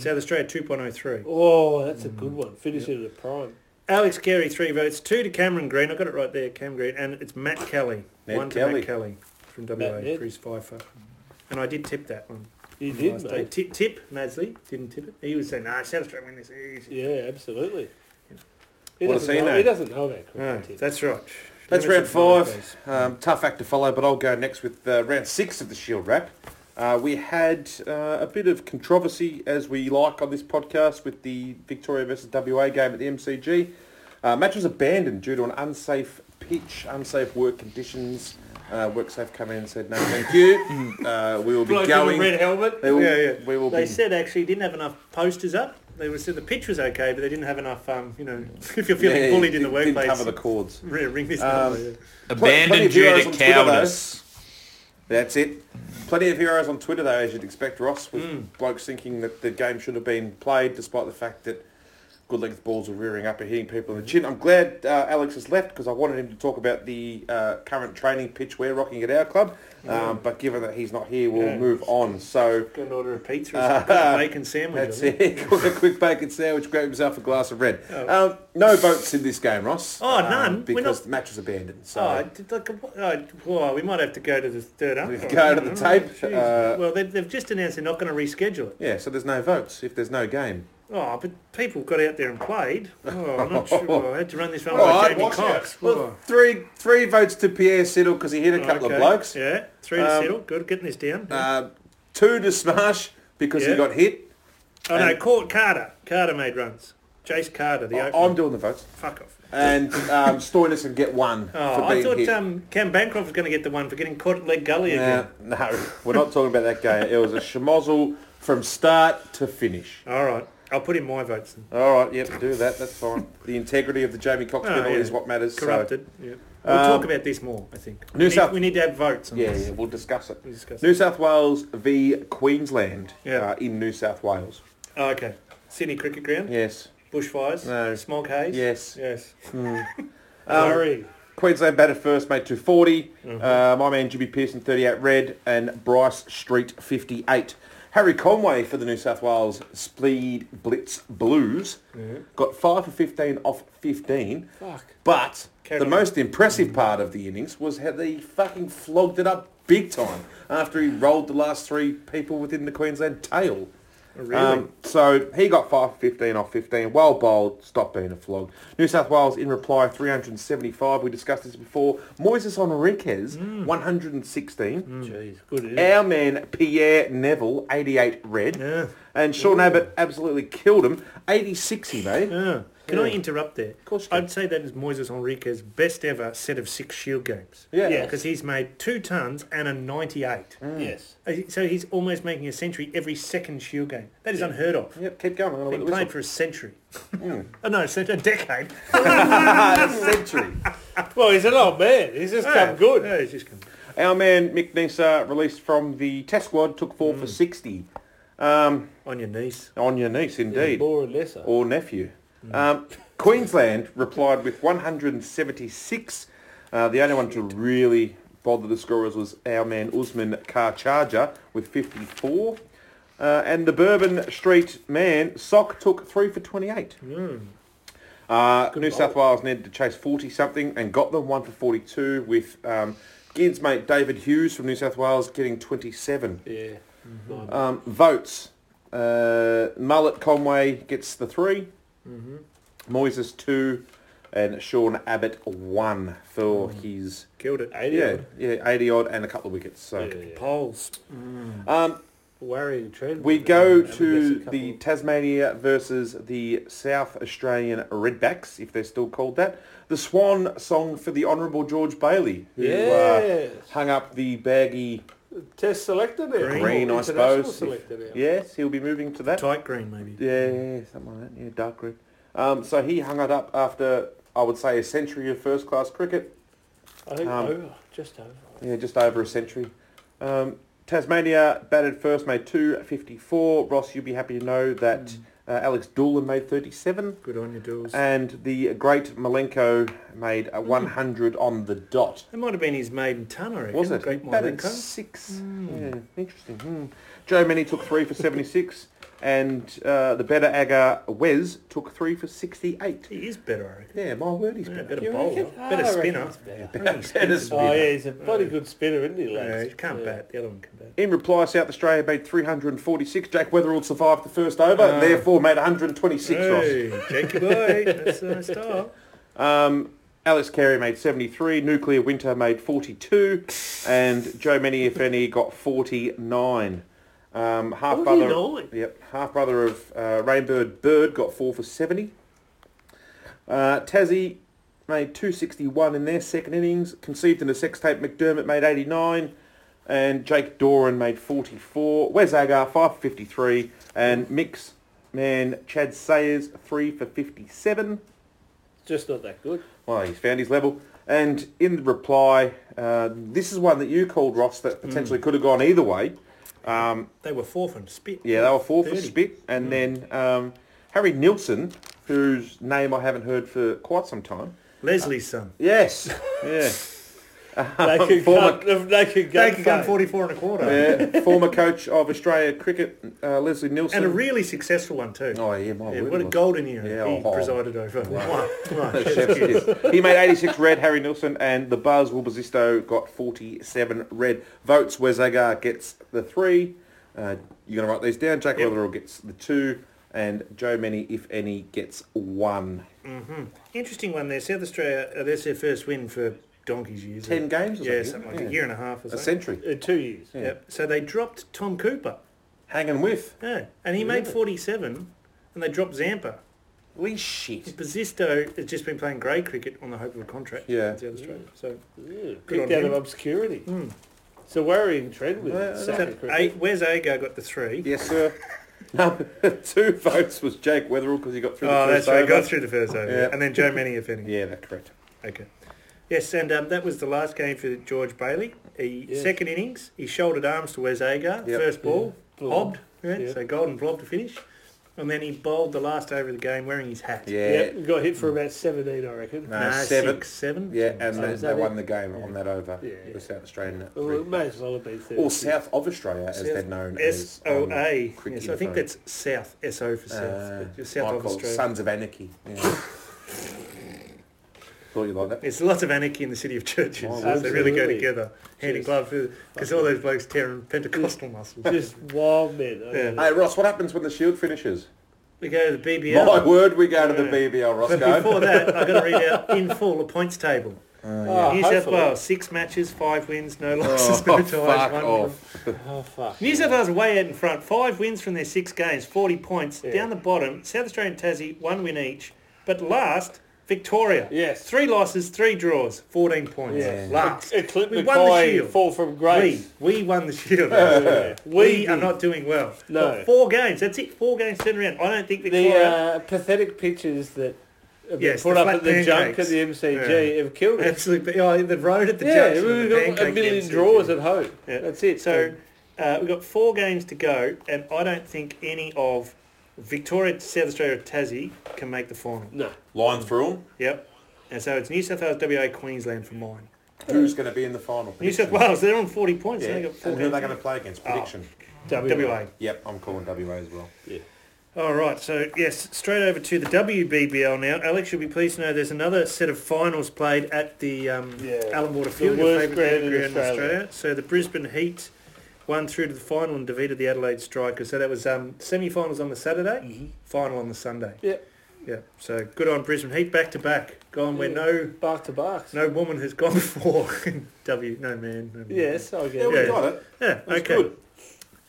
South Australia 2.03. Oh, that's a good Mm. one. Finish it at a prime. Alex Carey, three votes. Two to Cameron Green. I got it right there, Cam Green. And it's Matt Kelly. Matt one to Kelly. Matt Kelly from WA Matt did. for his FIFA. And I did tip that one. You on the did, last day. mate. Ti- tip, Madsley. Didn't tip it. He was saying, nah, South Australia win this easy. Yeah, absolutely. He What a doesn't, scene, know, eh? he doesn't know about No, Ah, cricket. that's right. That's Limits round of five five. votes. Um, tough act to follow, but I'll go next with uh, round six of the Shield Wrap. Uh, we had uh, a bit of controversy, as we like on this podcast, with the Victoria versus WA game at the MCG. Uh, match was abandoned due to an unsafe pitch, unsafe work conditions. Uh, WorkSafe come in and said, no, thank [LAUGHS] you. uh, we will be Bloke in going. a red helmet. They will, Yeah, yeah. We will They be said actually didn't have enough posters up. They were said the pitch was okay, but they didn't have enough. Um, you know, [LAUGHS] if you're feeling Yeah, bullied didn't- in the workplace, Didn't cover the chords. [LAUGHS] ring ring this Um, number. yeah. plenty Abandoned of due viewers to on Twitter, though. cowardice. That's it. Plenty of heroes on Twitter, though, as you'd expect, Ross, with Hmm. blokes thinking that the game should have been played, despite the fact that good length balls were rearing up and hitting people in the chin. I'm glad uh, Alex has left because I wanted him to talk about the uh, current training pitch we're rocking at our club. Um, but given that he's not here, we'll Yeah. move on. So Go and order a [LAUGHS] pizza, or Uh, something, got a bacon sandwich. that's I think. it. [LAUGHS] Cook a quick bacon sandwich, grab himself a glass of red. Um, no votes in this game, Ross. Um, Oh, none? We're Because not- the match was abandoned. So. Oh, I did like a- oh, well, we might have to go to the third up. Go to the tape. Uh, well, they've, they've just announced they're not going to reschedule it. Yeah, so there's no votes if there's no game. Oh, but people got out there and [LAUGHS] played. Oh, I'm not sure. I had to run this one All by right, Jamie watch Cox. Well, three three votes to Pierre Siddle because he hit a Oh, couple okay. of blokes. Yeah, three to Um, settle. Good, getting this down. Uh, two to Smash because Yeah. he got hit. oh no, and- Court Carter. Carter made runs. Jace Carter, the I- opener. I'm doing the votes. Fuck off. And um, Stoinis can get one Oh, for I being thought hit. um, Cam Bancroft was going to get the one for getting caught at leg gully Nah, again. no, we're not talking about that game. It was a schmozzle from start to finish. All right, I'll put in my votes. then. All right, yep, do that. That's fine. The integrity of the Jamie Cox Oh, medal yeah. is what matters. so- Corrupted. yeah. We'll Um, talk about this more, I think. New we, South- need, we need to have votes on yeah, this. yeah, we'll discuss it. We'll discuss New South Wales v Queensland Yeah. uh, in New South Wales. Oh, okay. Sydney Cricket Ground, Yes. bushfires, No. smog haze. Yes. Yes. [LAUGHS] Um, Sorry. Queensland batted first, made 240. Uh, my man Jimmy Pearson, 38 red, and Bryce Street, 58. Harry Conway for the New South Wales Speed Blitz Blues got 5 for 15 off 15. Fuck. But Carried the on. most impressive part of the innings was how they fucking flogged it up big time after he rolled the last three people within the Queensland tail. Really? Um, so he got 5 for 15 off 15. Well bowled. Stop being a flog. New South Wales in reply 375. We discussed this before. Moises Enriquez, Hmm. 116. Jeez, good. isn't it? Our man Pierre Neville, 88 red. Yeah. And Sean Abbott absolutely killed him. 86 he made. Yeah. Can I Yeah. interrupt there? Of course you can. I'd say that is Moises Enrique's best ever set of six shield games. Yeah. Yeah. Because he's made two tons and a 98. Yes. Uh, So he's almost making a century every second shield game. That is unheard of. Yep, keep going. I'm going to Been whistle. played for a century. [LAUGHS] oh, no, a century, a decade. Ah, [LAUGHS] century. Well, Oh, he's an old man. He's just Yeah. come good. Yeah, he's just come. Our man Mick Nisa, released from the test squad, took 4 Hmm. for 60. Um, On your knees. on your niece, indeed. More or lesser. or nephew. Um, Queensland replied with 176. Uh, the only one to really bother the scorers was our man Usman Car Charger with 54. Uh, and the Bourbon Street man, Sock, took 3 for 28. Uh, New South Wales needed to chase 40-something and got them 1 for 42 with um, Ginn's mate David Hughes from New South Wales getting 27. Yeah. Nine. Um, votes. Uh, Mullet Conway gets the 3 Mm-hmm. Moises two, and Sean Abbott one for his Killed it. Mm. Eighty. yeah yeah eighty odd and a couple of wickets. So Poles. Mm. um, Worrying trend. we go to Um, I guess a the couple- Tasmania versus the South Australian Redbacks, if they're still called that. The swan song for the Honourable George Bailey, uh, who Yes. uh, hung up the baggy. Test selector now. Green, Green, I International suppose. Selector now. Yes, he'll be moving to that. Tight green, maybe. Yeah, yeah, yeah, something like that. Yeah, dark green. Um, so he hung it up after, I would say, a century of first-class cricket. I think Um, over, just over. Yeah, just over a century. Um, Tasmania batted first, made 254. Ross, you'll be happy to know that uh, Alex Doolan made 37. Good on your doors. And the great Malenko made a 100 on the dot. That might have been his maiden ton, I reckon. Was it? Great Batted Malenko. six. Yeah, interesting. Hmm. Joe Many took three for 76, and uh, the better Agar Wes took three for 68. He is better, I reckon. Yeah, my word, he's better. Better bowler. Better I reckon spinner. it's better. [LAUGHS] Better spinner. Oh yeah, he's a bloody good spinner, isn't he, Yeah, lads? he can't bat. The other one can bat. In reply, South Australia made 346. Jack Weatherall survived the first over, and therefore made 126, Ross. Hey, Jakey boy. That's the nice style. Um, Alex Carey made 73, Nuclear Winter made [LAUGHS] 42, and Joe Many, if any, got 49. Um, [LAUGHS] half brother, 49? yep, half brother of uh, Rainbird Bird got four for 70. Uh, Tassie made 261 in their second innings. Conceived in a sextape, McDermott made 89, and Jake Doran made 44. Wes Agar 5 for 53, and Mix man Chad Sayers 3 for 57. Just not that good. Well, he's found his level. And in the reply, uh, this is one that you called Ross that potentially could have gone either way. Um, They were four from spit. yeah, they were four for 30. spit, and then um, Harry Nilsson, whose name I haven't heard for quite some time. [LAUGHS] Leslie's [LAUGHS] son. Yes, yeah, They could former- gun, they could gun, They could go 44 and a quarter. yeah. former coach of Australia cricket, uh, Leslie Nilsson. And a really successful one too. oh yeah, my yeah, word, what a Ross. golden year Yeah, he oh. presided over. Wow. Wow. [LAUGHS] Chef's kiss. He made 86 red, Harry Nilsson, and the Buzz Will Bazisto got 47 red votes. Wes Agar gets the three. Uh, you're going to write these down. Jack Yep. Weatherall gets the two, and Joe Many, if any, gets one. Interesting one there. South Australia, uh, that's their first win for donkey's years. 10 games or Yeah, something, something like yeah. a year and a half or A something. century. Uh, two years. Yeah. Yep. So they dropped Tom Cooper. Hanging with. Yeah. And he made 47 and they dropped Zampa. Holy shit. Bazisto has just been playing grey cricket on the hope of a contract. Yeah. Oh, In South Australia. So Yeah. Good on Picked out him. of obscurity. Mm. It's a worrying trend with Well, South So Africa. eight, where's Agar got the three? Yes, sir. Number [LAUGHS] two votes was Jake Weatherall because he got through Oh, the first that's right. over. Got through the first over. Yeah. And then Joe Many, if any. Yeah, that's correct. Okay. Yes, and um, that was the last game for George Bailey. He Yeah. second innings, he shouldered arms to Wes Agar. Yep. First ball, Yeah. blobbed, right? Yeah. so golden blob to finish, and then he bowled the last over of the game wearing his hat. Yeah. Yeah, got hit for about 17, I reckon. No, Hmm. Nah, seven. six, seven. Yeah, and So they, is they that won it? the game on that over. Yeah. The South Australian. at Well, three. it may as well have been 30. Or South of Australia, as South- they're known S O as. um, A. on Crick Yes, I think Info. that's South. S O for South. Uh, but South I of call it Australia. Sons of Anarchy. [LAUGHS] Yeah. Thought you liked that. There's lots of anarchy in the city of churches. Oh, they really go absolutely. together, hand in Jeez. glove, because all those blokes tearing Pentecostal muscles. Just wild men. I Yeah. mean, Hey Ross, what happens when the Shield finishes? We go to the My BBL. word, we go to the Yeah. BBL, But [LAUGHS] Roscoe. before that, I've got to read out in full the points table. Oh, New South hopefully. Wales, six matches, five wins, no Oh, losses, no ties. fuck one off. Oh, fuck. New South Wales way out in front, five wins from their six games, 40 points. Down the bottom, South Australia and Tassie, one win each. But last, Victoria. Yes. Three losses, three draws, 14 points. Yeah. Last. Eclipse We won the McCoy Shield. fall from We, grace. we won the [LAUGHS] shield. we, We are did. not doing well. No. Got four games. That's it. Four games turned around. I don't think [LAUGHS] The Victoria. uh, pathetic pictures that have been Yes, put the up flat at the junk at pancakes. the MCG Yeah. have killed us. absolutely. Oh, the road at the yeah, junction, we've the got a pancake million MCG. draws at home. Yeah. That's it. So uh, we've got four games to go, and I don't think any of Victoria, South Australia, or Tassie can make the final. no. Line through 'em. Yep. And so it's New South Wales, WA, Queensland for mine. Who's going to be in the final? New South Prediction. Wales, they're on 40 points. Yeah. and They've got four And who are they games. going to play against? Prediction. WA. Yep, I'm calling WA as well. All right, so yes, straight over to the WBBL now. Alex, you'll be pleased to know there's another set of finals played at the um, Yeah. Allen Water Field, your worst favourite ground ground in in Australia. Australia. So the Brisbane Heat won through to the final and defeated the Adelaide Strikers. So that was um, semi-finals on the Saturday, final on the Sunday. Yeah, Yeah, so good on Brisbane Heat, back to back, gone where Yeah. no bark to bark. no woman has gone before. [LAUGHS] w, no man. No man. Yes, I get Yeah, we Yeah. it. got it. Yeah, That's okay. good.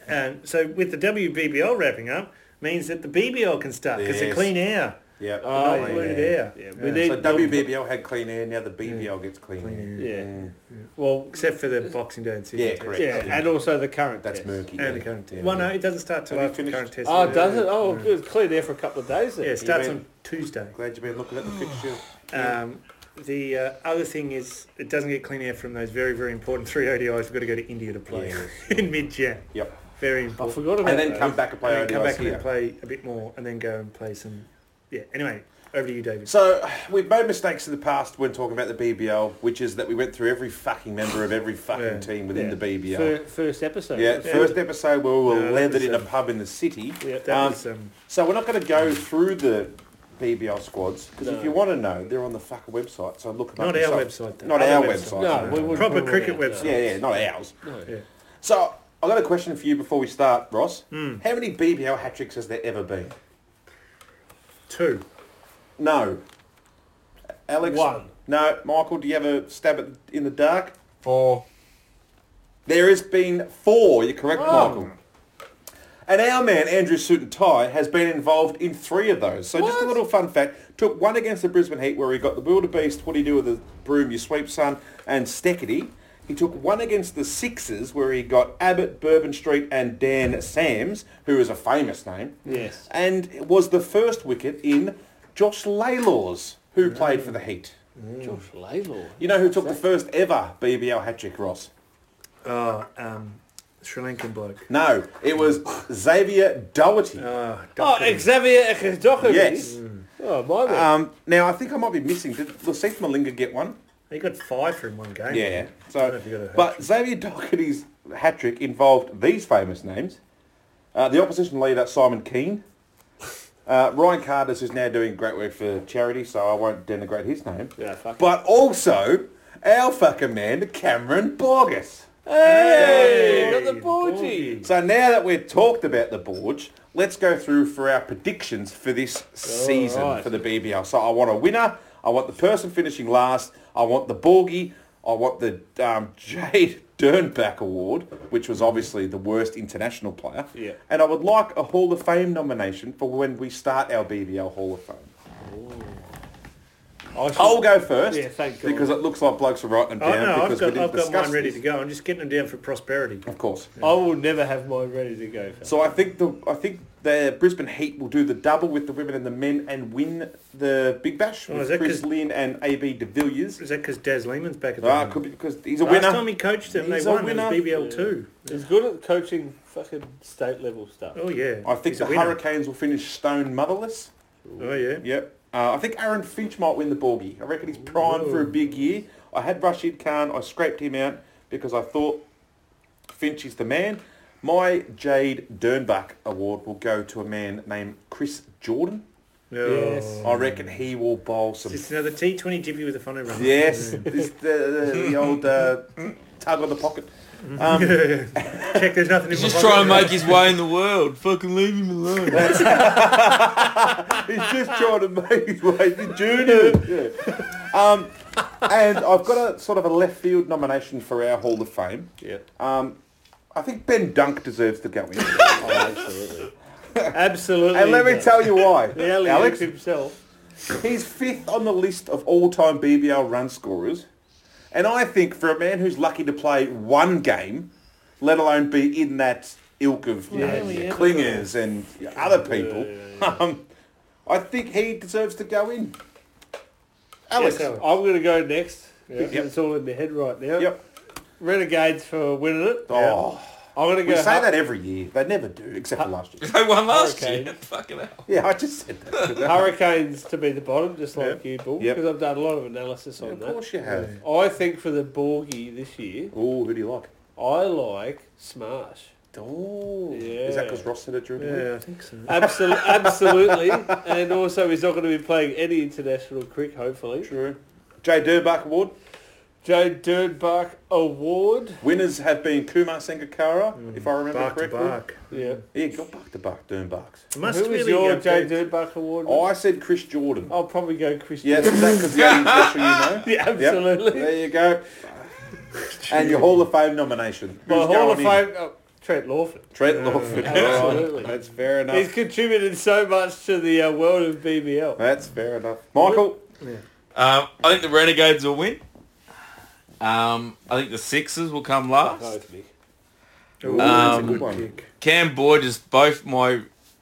And so with the WBBL wrapping up, means that the BBL can start because Yes. it's clean air. Yep. Oh, Clean polluted air. air. Yeah, we Yeah. need So WBBL had clean air, now the BBL gets clean, Clean air. air. Yeah, Mm. well, Except for the Boxing Day and Yeah, correct. yeah, and also the current That's test. murky. And the yeah. current test. Yeah. Well, no, it doesn't start till Have you after the current test. Oh, Yeah. does it? Oh, good. Clear there for a couple of days. Yeah, Then. it starts mean- on Tuesday. Glad you've been looking at the fixture. Um, the uh, other thing is it doesn't get clean air from those very, very important three ODIs. We've got to go to India to play [LAUGHS] in mid-Jan. Yep. Very I important. forgot about And then that. come back and play and then come ODIs back and here. play a bit more and then go and play some... Yeah, anyway, Over to you, David. So we've made mistakes in the past when talking about the BBL, which is that we went through every fucking member of every fucking Yeah. team within Yeah. the BBL. Fir- first episode. yeah, first episode where we were Yeah, that landed was, in a um, pub in the city. Yeah, That Um, was, um, So we're not going to go through the BBL squads because No. if you want to know, they're on the fucking website. So look 'em not up our yourself. website. Though. Not Other our website. website. No, we wouldn't Proper put it cricket out, no. website. Yeah, yeah, not ours. Yeah. So I got a question for you before we start, Ross. Hmm. How many BBL hat tricks has there ever been? Two. No. Alex. One. No, Michael. Do you have a stab at in the dark? Four. There has been four. You're correct, Wow. Michael. And our man Andrew Suit and Tie has been involved in three of those. So just a What? little fun fact: took one against the Brisbane Heat, where he got the wildebeest. What do you do with the broom? You sweep, son, and Steckity. He took one against the Sixers, where he got Abbott, Bourbon Street, and Dan Sams, who is a famous name. Yes. And was the first wicket in Josh Laylor's, who played for the Heat. Mm. Josh Laylor. You know who took the first ever BBL hat trick, Ross? Oh, um, Sri Lankan bloke. No, it was Xavier Doherty. Oh, Oh, Duncan. Xavier Ekedokovic. yes. Oh, my word. Um, now I think I might be missing. Did Lasith Malinga get one? He got five from one game. Yeah. I don't know So, if he got a hat but Xavier Doherty's hat trick involved these famous names: uh, the opposition leader Simon Keane, uh, Ryan Cardis, who's now doing great work for charity, so I won't denigrate his name. yeah, fuck. But also our fucking man Cameron Borges. Hey, Hey, got the Borgie. So now that we've talked about the Borge, let's go through for our predictions for this season right. for the BBL. So I want a winner. I want the person finishing last. I want the Borgie. I want the um, [LAUGHS] Jade Dernback Award, which was obviously the worst international player. Yeah. And I would like a Hall of Fame nomination for when we start our BBL Hall of Fame. I should- I'll go first Yeah, thank God. because it looks like blokes are writing Oh down no, Oh, I've because got, we didn't I've got discuss mine ready this. to go. I'm just getting them down for prosperity. Of course. I will never have mine ready to go. fam. So I think the I think the Brisbane Heat will do the double with the women and the men and win the Big Bash Oh, is with that Chris 'cause- Lynn and AB de Villiers. Is that because Daz Lehman's back at the Ah, moment? could be because he's a Last winner. time he coached them, He's they a won. It was winner. BBL two. He's good at coaching fucking state level stuff. Oh yeah. I think He's a the winner. Hurricanes will finish stone motherless. Oh yeah. Yep. Uh, I think Aaron Finch might win the Borgie. I reckon he's primed for a big year. I had Rashid Khan. I scraped him out because I thought Finch is the man. My Jade Dernbach award will go to a man named Chris Jordan. Oh. Yes. I reckon he will bowl some It's another T20 jiffy with a funnel run. Yes, this, the, the, the old uh, tug on the pocket. Um, Check, there's nothing in He's my just pocket. trying to make his way in the world. Fucking leave him alone. [LAUGHS] he's just trying to make his way to junior. Yeah. Um, and I've got a sort of a left field nomination for our Hall of Fame. Yeah. Um, I think Ben Dunk deserves to go in. Oh, [LAUGHS] absolutely. absolutely. and let me no. tell you [LAUGHS] why. The alley Alex, himself. he's fifth on the list of all-time BBL run scorers. And I think for a man who's lucky to play one game, let alone be in that ilk of you know, Yeah, yeah. clingers and other people, yeah, Um, I think he deserves to go in. Alex. Yes, Alex. I'm going to go next because Yep. it's all in my head right now. Yep. Renegades for winning it. Oh, I'm going to we go. say Har- that every year. They never do, except for last [LAUGHS] year. [LAUGHS] they won last Hurricane. year. [LAUGHS] Fucking hell. Yeah, I just said that. Hurricanes to be the bottom, just like you, Bull, Yep. because I've done a lot of analysis on of that. course you have. I think for the Borgie this year, Oh, who do you like? I like Smash. Oh, is that Yeah. because Ross said it during the week? Yeah, I think so. Absolutely, [LAUGHS] absolutely, and also he's not going to be playing any international cricket. Hopefully, True. Jay Durbuck Award. Joe Dirdbach Award. Winners have been Kumar Sangakkara, if I remember Bark to correctly. bark. Yeah, Yeah, got back to back, Dernbachs. It must who was really your uh, Joe be- Dirdbach Award? Oh, I said Chris Jordan. I'll probably go Chris. Yes, is that because the only special you know? [LAUGHS] [LAUGHS] Yeah, Yep, absolutely. There you go. and your Hall of Fame nomination. Who's My Hall of going in? Fame, oh, Trent Lawford. Trent Lawford. Absolutely. That's fair enough. He's contributed so much to the uh, world of BBL. That's fair enough. Michael. Um, I think the Renegades will win. Um, I think the Sixers will come last. Ooh, that's a Um, good one. pick. Cam Borges, both my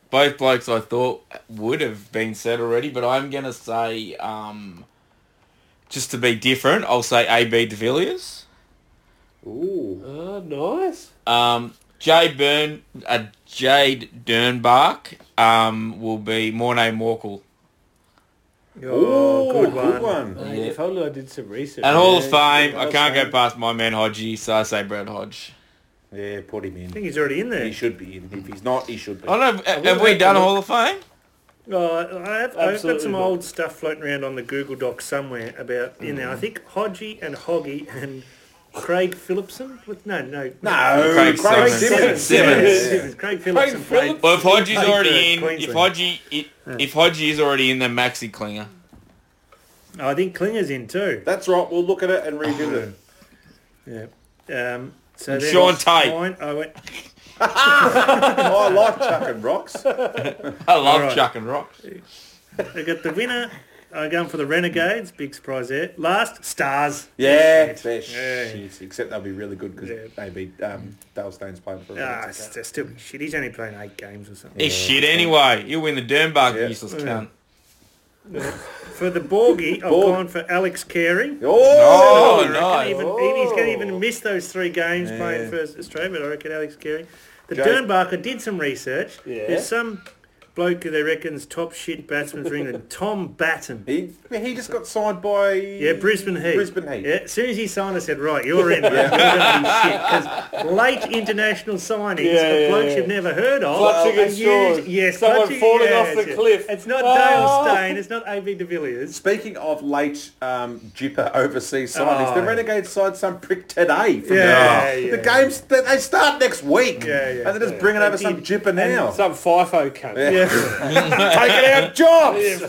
both blokes I thought would have been said already, but I'm gonna say um, just to be different, I'll say AB de Villiers. Ooh. Oh, nice. Um, Jay Byrne, uh, Jade Dernbach um, will be Mornay Morkel. Oh, good one. Oh, Yeah. If only I did some research. And Hall of Yeah, Fame, Hall I of can't go Fame. past my man Hodgie, so I say Brad Hodge. Yeah, put him I in. think he's already in there. He should be in. If he's not, he should be. I don't know, have, have wouldn't we have done to a Hall of Fame? Oh, I have, I've got Absolutely some not. old stuff floating around on the Google Doc somewhere about in there. I think Hodgie and Hoggy and Craig Phillipson. With, no, no, No, Craig, Craig Simmons. Simmons. Simmons. Simmons. Yeah. Simmons. Craig Phillipson. Craig played- Phillips? Well, if Hodgie's played for already in, if Queensland. Hodgie, i if Hodgie is already in, then Maxi Klinger. [LAUGHS] I think Klinger's in too. That's right. We'll look at it and redo [LAUGHS] it. Yeah. Um, so And then Sean it's Tate. mine. I went, Oh, I like chucking rocks. I love Alright. Chuck and Rocks. I got the winner. I'm going for the Renegades. Big surprise there. Last, Stars. Yeah, they're Yeah. shit. Except they'll be really good because Yeah. maybe um, Dale Steyn's playing for Ah, us. it's they're still shit. He's only playing eight games or something. It's shit anyway. You win the Dernbach, Yeah. useless Yeah. cunt. For the Borgie, I've Borg. gone for Alex Carey. Oh, Oh, I nice. reckon even, Oh. He's going to even miss those three games Yeah. playing for Australia, but I reckon Alex Carey. The Jay- Dernbacher did some research. Yeah. There's some bloke who they reckon's top shit batsman for England, Tom Batten. he he just got signed by Yeah, Brisbane Heat. Brisbane Heat. Yeah, as soon as he signed, I said, right, you're in. mate. You're going to be shit. Because late international signings Yeah, for yeah, blokes yeah. you've never heard of. Clutching are at straws. used- Yes, Someone clutching- falling yeah, off the yeah. cliff. It's not Oh. Dale Steyn. It's not A.B. de Villiers. Speaking of late um, jipper overseas signings, Oh, the yeah. Renegades signed some prick today. From Yeah, the, uh, yeah. the games they, they start next week, Yeah, yeah, and they're just yeah. bringing over They some did- jipper now. Some FIFO cunt. Yeah. [LAUGHS] Yeah. Taking out jobs. Fire, Stars, Oh, the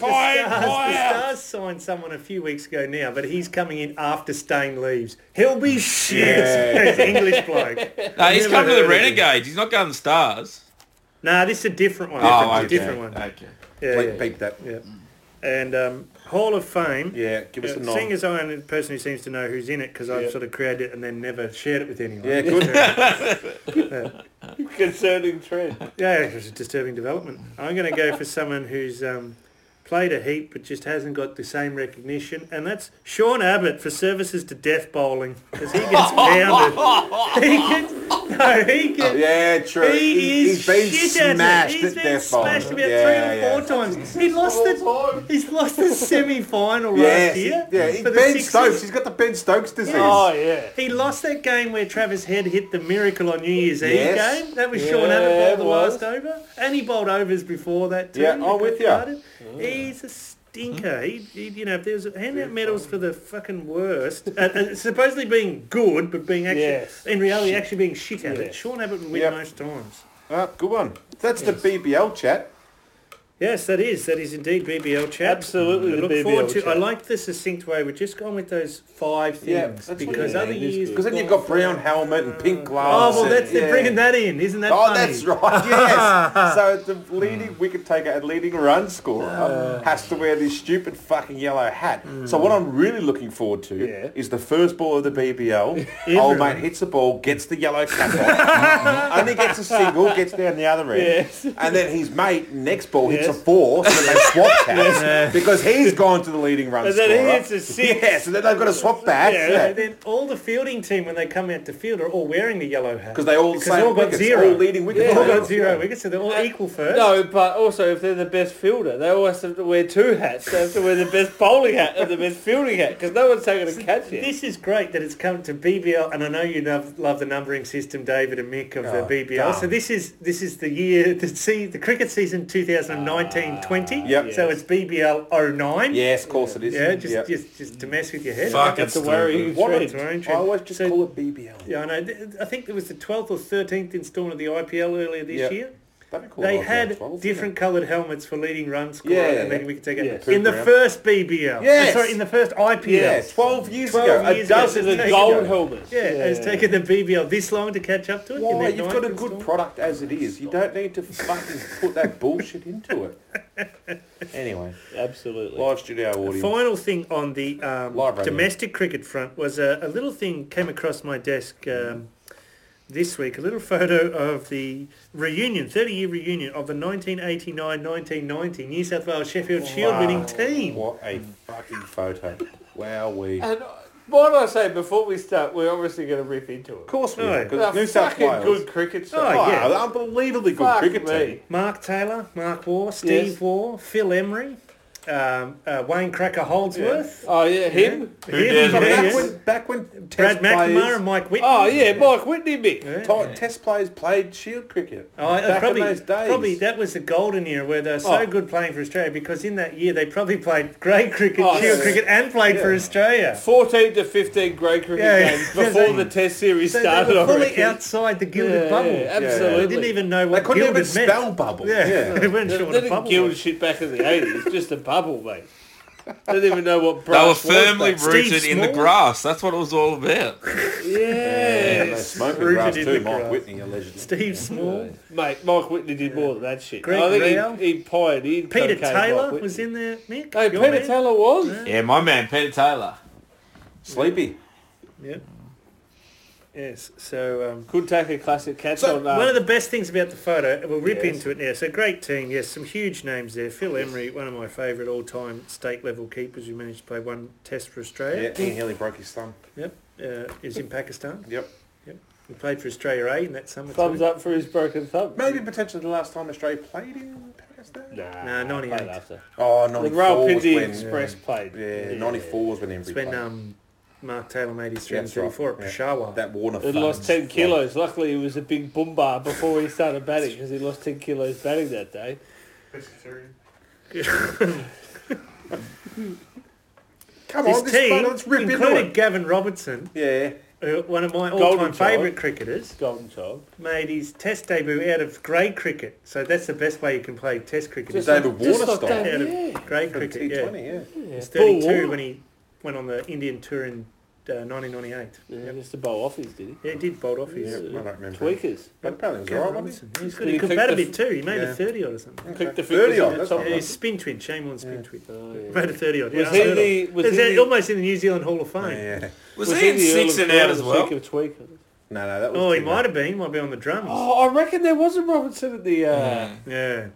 fire. Stars signed someone a few weeks ago now, but he's coming in after Stain leaves. He'll be shit. Yeah. [LAUGHS] It's English bloke. No, he's Never come heard to the of him. Renegades. He's not going to the Stars. Nah, this is a different one. Oh, Different- okay. different Uh, one. Okay. Yeah, Bleep, yeah, beep that. yeah. And um, Hall of Fame. Yeah, give us Yeah, a seeing nod. as I'm the person who seems to know who's in it because I've Yeah. sort of created it and then never shared it with anyone. Yeah, [LAUGHS] good. Concerning trend. Yeah, it was a disturbing development. I'm going to go for someone who's um, played a heap but just hasn't got the same recognition, and that's Sean Abbott for services to death bowling because he gets pounded. he gets, no, he gets. Oh, yeah, true. He, is has been shit at it. smashed He's at been death by. smashed about three yeah, or four times. He lost Oh, the. He's lost the semi-final yeah. last year. yeah, yeah. for the Ben Sixers. Stokes. He's got the Ben Stokes disease. Oh, yeah. He lost that game where Travis Head hit the miracle on New Year's Yes. Eve game. That was Yeah, Sean Abbott bowled the it was. last over. And he bowled overs before that too. Yeah, that I'm got with ya. Mm. started. He's a stinker. He, he, you know, if there's hand out medals for the fucking worst, and, and supposedly being good, but being actually, Yes. in reality, actually being shit at Yeah. it. Sean Abbott would win Yep. most times. Ah, good one. That's the BBL chat. Yes, that is. That is indeed BBL chat. Absolutely I the look BBL forward to. chat. I like the succinct way we've just gone with those five Yeah, things that's what because you other need, is years. good. Because then you've got brown helmet and pink Oh gloves. well, that's and, they're bringing that in, isn't that Oh, funny? that's right. [LAUGHS] Yes. so the leading wicket taker and leading run scorer Ah. has to wear this stupid fucking yellow hat. So what I'm really looking forward to Hmm. Yeah. is the first ball of the [LAUGHS] BBL. old mate hits the ball, gets the yellow cap off, only gets a single, gets down the other end, Yes. and then his mate next ball hits Yes. a four, so then they [LAUGHS] swap caps because he's gone to the leading run And scorer. then he hits a six. Yeah, so then they've got to swap bats. Yeah. yeah. And then all the fielding team when they come out to field are all wearing the yellow hat Because they all the Because they same all got wickets, zero. all leading wickets. They've all got zero wickets, so they're all equal first. No, but also if they're the best fielder, they always have to wear two hats. They have to wear the best bowling hat and the best fielding hat because no one's taking a catch yet. This is great that it's come to BBL, and I know you love, love the numbering system, David and Mick of Oh, the BBL. So damn. this is this is the year the see the cricket season 2019-20. Ah, Yep. So it's BBL 09. Yes, of course it is. Yeah, just, Yep. just just to mess with your head. Fuck, That's it's a worrying stupid. What a- trend. I always just So- call it BBL. Yeah, I know. Th- I think it was the 12th or 13th instalment of the IPL earlier this Yep. year. Don't call They it had 12, yeah. different coloured helmets for leading run scorer Yeah, and yeah. then we could take it Yes. in the Program. first BBL. Yes. Uh, Sorry, in the first IPL. Yeah, 12 years 12 ago. years a ago. dozen This is Yeah, a you gold go. helmet. Yeah, it's taken the BBL this long to catch up to it. in their Why? You've got a ninth good installment. product as it is. You don't need to fucking put that bullshit into it. [LAUGHS] Anyway, Absolutely. live studio audience. Final thing on the um, Live radio. domestic cricket front was a, a little thing came across my desk um, Mm-hmm. this week. A little photo of the reunion, 30-year reunion of the 1989-1990 New South Wales Sheffield Shield winning team. What a fucking photo. Wow, we. Of And uh, what did I say before we start? We're obviously going to rip into it. course we No. are, 'cause They're New South fucking Wales. good cricket Oh, side. Oh, yeah. they're unbelievably good Fuck cricket me. team. Mark Taylor, Mark War, Steve Yes. War, Phil Emery, um, uh, Wayne Cracker Holdsworth. Oh yeah, him. Who dares from Back me? Back Yes. when when, back when Brad test McNamara players, and Mike Whitney. Oh yeah, Mike Whitney, Mick. Yeah. ti- test players played shield cricket. Oh, back probably, in those days. probably that was the golden year where they were so Oh. good playing for Australia because in that year they probably played great cricket, Oh, shield yeah. cricket and played for Yeah. Australia. 14 to 15 grade cricket Yeah, yeah. games Yeah, before they- the Test series So started. they were I fully reckon. outside the gilded Yeah, bubble. yeah, They absolutely. didn't even know They what couldn't gilded even meant. spell [LAUGHS] bubble. Yeah, they weren't They, sure what they a didn't bubble gild was. shit back in the 80s. just a bubble, mate. They didn't even know what They were brass firmly was. Steve rooted in the Small. grass. That's what it was all about. back- Yeah. And they smoked the Rooted grass in too, the Mike grass. Whitney, allegedly. Steve Small, Mate, Mike Whitney did more than that shit. Greg I think Rao. he, he pioneered Peter cocaine, Mike Taylor Whitney. was in there. Mick, Hey, your Peter man. Taylor was? Yeah, my man, Peter Taylor. Sleepy. Yep. Yes. So. Um, Could take a classic catch So, on that. One of the best things about the photo, we'll rip Yes. into it now. So great team, yes, some huge names there. Phil Emery, one of my favourite all-time state level keepers who managed to play one test for Yeah, Australia, Ian Healy broke his thumb. uh, is in Pakistan. Yep. He played for Australia A in that summer. Thumbs too. up for his broken thumb. Maybe potentially the last time Australia played in Pakistan. Nah, Nah, 98. played after. Oh, The 94 Rail was Pindi when... Express played. Yeah, 94 was when Embry It's played. when um, Mark Taylor made his three and That's right, thirty-four at yeah. Peshawar. that Warner He fella. lost 10 kilos. Luckily, he was a big boom bar before he started batting because he lost 10 kilos batting that day. Come His on, Oh, this team photo, let's rip into included it. Gavin Robertson, Yeah. uh, one of my Golden all-time child. favourite cricketers, Golden child. made his Test debut out of grade cricket. So that's the best way you can play Test cricket. is Just David Just Warner like style. that, out of yeah. grade From cricket. Yeah. T20, yeah. Yeah. He's Paul 32 Warner. when he went on the Indian tour in uh, 1998. Yeah, Yeah. just to bowl off his, did he? Yeah, he did bolt off his. Yeah, I don't remember. Tweakers. But apparently it was Gavin alright, Robinson. wasn't He's good. Did He he could kick bat a the bit too. He made Yeah. a 30 odd or something. he? Click the Thirty fingers odd, in the that's top not Yeah, bad. he's spin twin. Shame on spin twin. Oh, yeah. Made a 30 odd. Was yeah, he unheard of. the- was It's uh, he the- almost in the New Zealand Hall of Fame. Yeah. Was, he in six and out as well? Of tweakers? No, no, that was... Oh, he Tigger. might have been. Might be on the drums. Oh, I reckon there was a Robinson at the... Uh, Yeah. Yeah.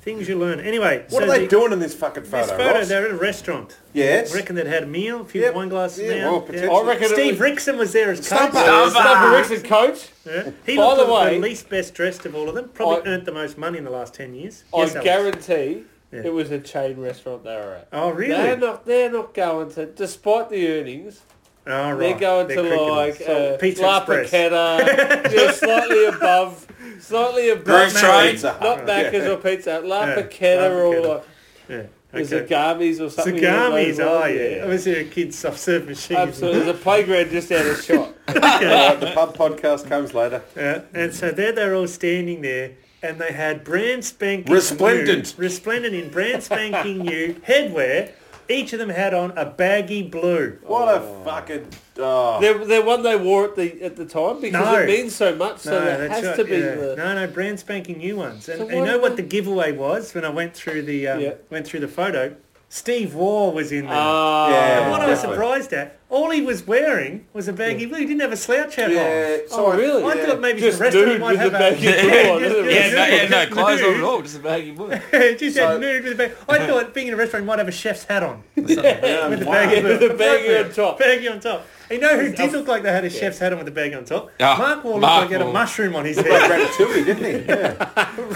Things you learn. Anyway, so What are they the- doing in this fucking This photo, photo, Ross? they're at a restaurant. Yes. I reckon they'd had a meal, a few Yeah, wine glasses yeah, down. well, Oh, potentially. I reckon it Steve was- Rickson was there as coach. uh, Stubber Stubber. Rickson coach. Yeah. He By looked the the, way, way- the least best dressed of all of them. Probably I- earned the most money in the last 10 years. Yes, I Alex. guarantee Yeah. it was a chain restaurant they were at. Oh, really? They're not. They're not going to. Despite the earnings, oh, right. they're going They're to like cricketers. So, uh, Pizza La Express. [LAUGHS] Paquetta, you know, slightly above, slightly above. Groove Train. Pizza Hut. Not Yeah. Macca's or Pizza Hut, La Yeah, Paquetta La or Paquetta. like, Yeah. was Okay. it Garmies or something. along Sagami's, those oh lines, yeah. Obviously a kid's soft serve machine. Absolutely, there's a playground just out of shot. Alright, the pub podcast comes later. [LAUGHS] Yeah. And so there they're all standing there and they had brand spanking Resplendent. new- resplendent in brand spanking new headwear. Each of them had on a baggy blue. Oh, What a fucking... Oh. They're, they're one they wore at the at the time because No. it means so much. So that that's has right, to be yeah. the. no, no, brand spanking new ones. And So you why know did what they- the giveaway was when I went through the um, Yeah. went through the photo. Steve Waugh was in there. Ah, Yeah. and what I was definitely. surprised at, all he was wearing was a baggy blue. He didn't have a slouch hat Yeah. on. so Oh, really? I yeah. thought maybe Just the rest of them dude might with have a a [LAUGHS] baggy blue on, isn't it? Yeah, no, yeah, no, [LAUGHS] Nude. clothes on at all, just a baggy boy. Just So- had nude with a bag. I thought being in a restaurant you might have a chef's hat on. Yeah, With a wow. baggy blue. With a baggy on top. Baggy on top. You know who did look like they had a chef's hat on with a bag on top? Ah, Mark Wall looked Mark like he had a Wahl. mushroom on his Like head. Ratatouille, didn't he? Yeah. Oh.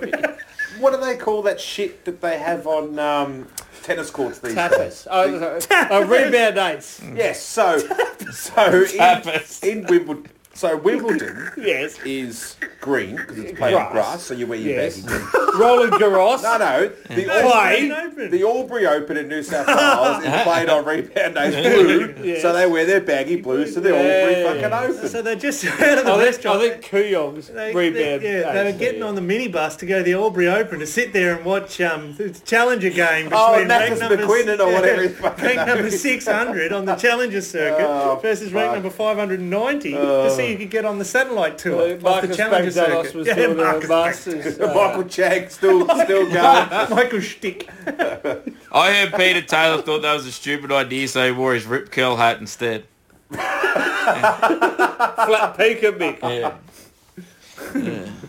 Ratatouille. What do they call that shit that they have on um, tennis courts these days? Tapas. Oh, [LAUGHS] sorry. Uh, rebound eights. Yes, [LAUGHS] so so [LAUGHS] Tapas. in, in Wimbledon, so Wimbledon Yes. is green because it's played on Grass. grass, so you wear your Yes. baggy green. Roland Garros. [LAUGHS] No, no, the Why? Albury, It's open. the Albury Open in New South Wales is played on rebound [LAUGHS] days blue, Yes. so they wear their baggy blues to the Yes. Albury fucking Open. so they're just [LAUGHS] out of the I think, restaurant. I think Kuyong's They, rebound. they, yeah, they were eights, getting yeah. on the minibus to go to the Albury Open to sit there and watch um, the Challenger game between Oh, rank Mathis number, McQuinnan or whatever his [LAUGHS] fucking rank name number 600 on the Challenger circuit Oh, versus rank fuck. number 590 Oh. to see who could get on the satellite Uh, tour off the Marcus Challenger Bagdalos circuit. was Yeah, doing a Marcus Masters. Uh, [LAUGHS] Michael Chang [LAUGHS] still still going. Bagdalos. Michael Stick. I heard Peter Taylor thought that was a stupid idea, so he wore his rip curl hat instead. [LAUGHS] flat peak uh, at me. Yeah.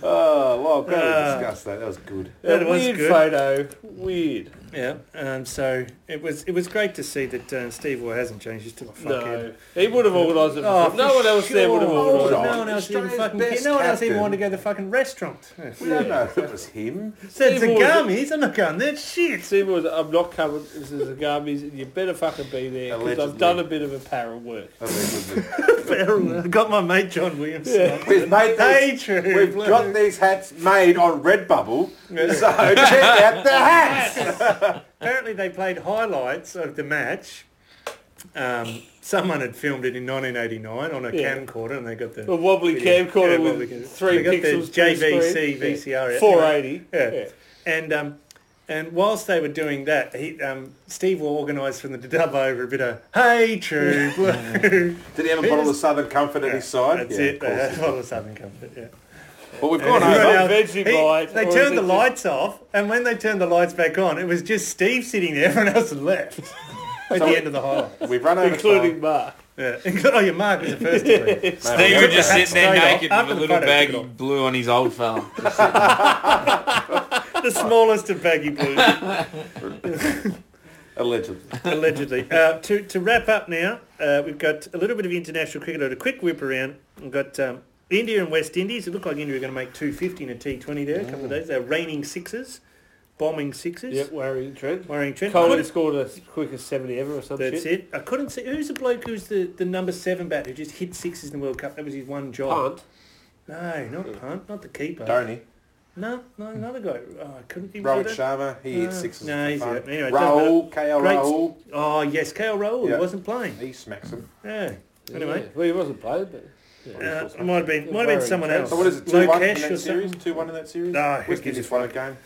Oh, well, I'm glad Ah. we discussed that. That was good. That A was weird good. photo. Weird. Yeah. Um, so it was it was great to see that uh, Steve Waugh hasn't changed. He's still a fuckhead. No. He would have organised it. Oh, for no for one else there would have sure. Oh, Hold organised no it. on. one else even Australia's fucking. best no one else even captain. wanted to go to the fucking restaurant. We don't know if it was him. Said Steve Waugh- Zagami's. I'm not going there. Shit. [LAUGHS] Seymour was, I'm not coming. This is a Garmies, and you better fucking be there because I've Allegedly. done a bit of apparel work. Allegedly. I got my mate John Williams. [LAUGHS] We've made Hey, these, true. we've got these hats made on Redbubble, so check out the [LAUGHS] hats. Apparently, they played highlights of the match. Um, someone had filmed it in 1989 on a Yeah. camcorder, and they got the A wobbly video. camcorder Yeah, with wobbly cam- three they got pixels. The per JVC screen. VCR. Yeah. out. 480. Yeah. Yeah. And um, and whilst they were doing that, he, um, Steve will organise from the dub over a bit of "Hey, True [LAUGHS] Blue." Did he have a bottle of Southern Comfort at his side? That's yeah, it. of course. [LAUGHS] That's all of Southern Comfort. Yeah. But we've gone Right over. now, veggie bite, they or is turned it the just- lights off, and when they turned the lights back on, it was just Steve sitting there. [LAUGHS] Everyone else had left at So- the end of the highlight. We've run over Including time. Mark. Yeah. [LAUGHS] oh, your mark was the first to [LAUGHS] leave. Mate, Steve we'll would go just back. sitting there Straight off. naked After with a the little photo, bag took it of blue on his old fella. the smallest of baggy blues, [LAUGHS] Allegedly. allegedly. Uh, to, to wrap up now, uh, we've got a little bit of international cricket, a quick whip around. We've got um, India and West Indies. It looked like India were going to make 250 in a T20 there a couple of days. They're raining sixes, bombing sixes. Mm. Yep, worrying Trent. Worrying Trent. Coley Couldn't- scored as quick as 70 ever or something. That's it. I couldn't see who's the bloke who's the, the number seven bat who just hit sixes in the World Cup. That was his one job. Punt. No, not punt, not the keeper. Dhoni. No, no, another guy. Oh, I couldn't think Rohit of it. Sharma. He Uh, hit sixes. no, for he's fun. out. Anyway, it doesn't Rahul. KL Great- Rahul. Oh yes, KL Rowell. Yeah. He wasn't playing. He smacks him. Yeah. Anyway, Well, he wasn't played, but... Yeah. uh, it might have been might have been Worrying someone Trent. else. So what is it? Two one in Lokesh or that series. something. Two one in that series. No, who West gives Indies a won a game.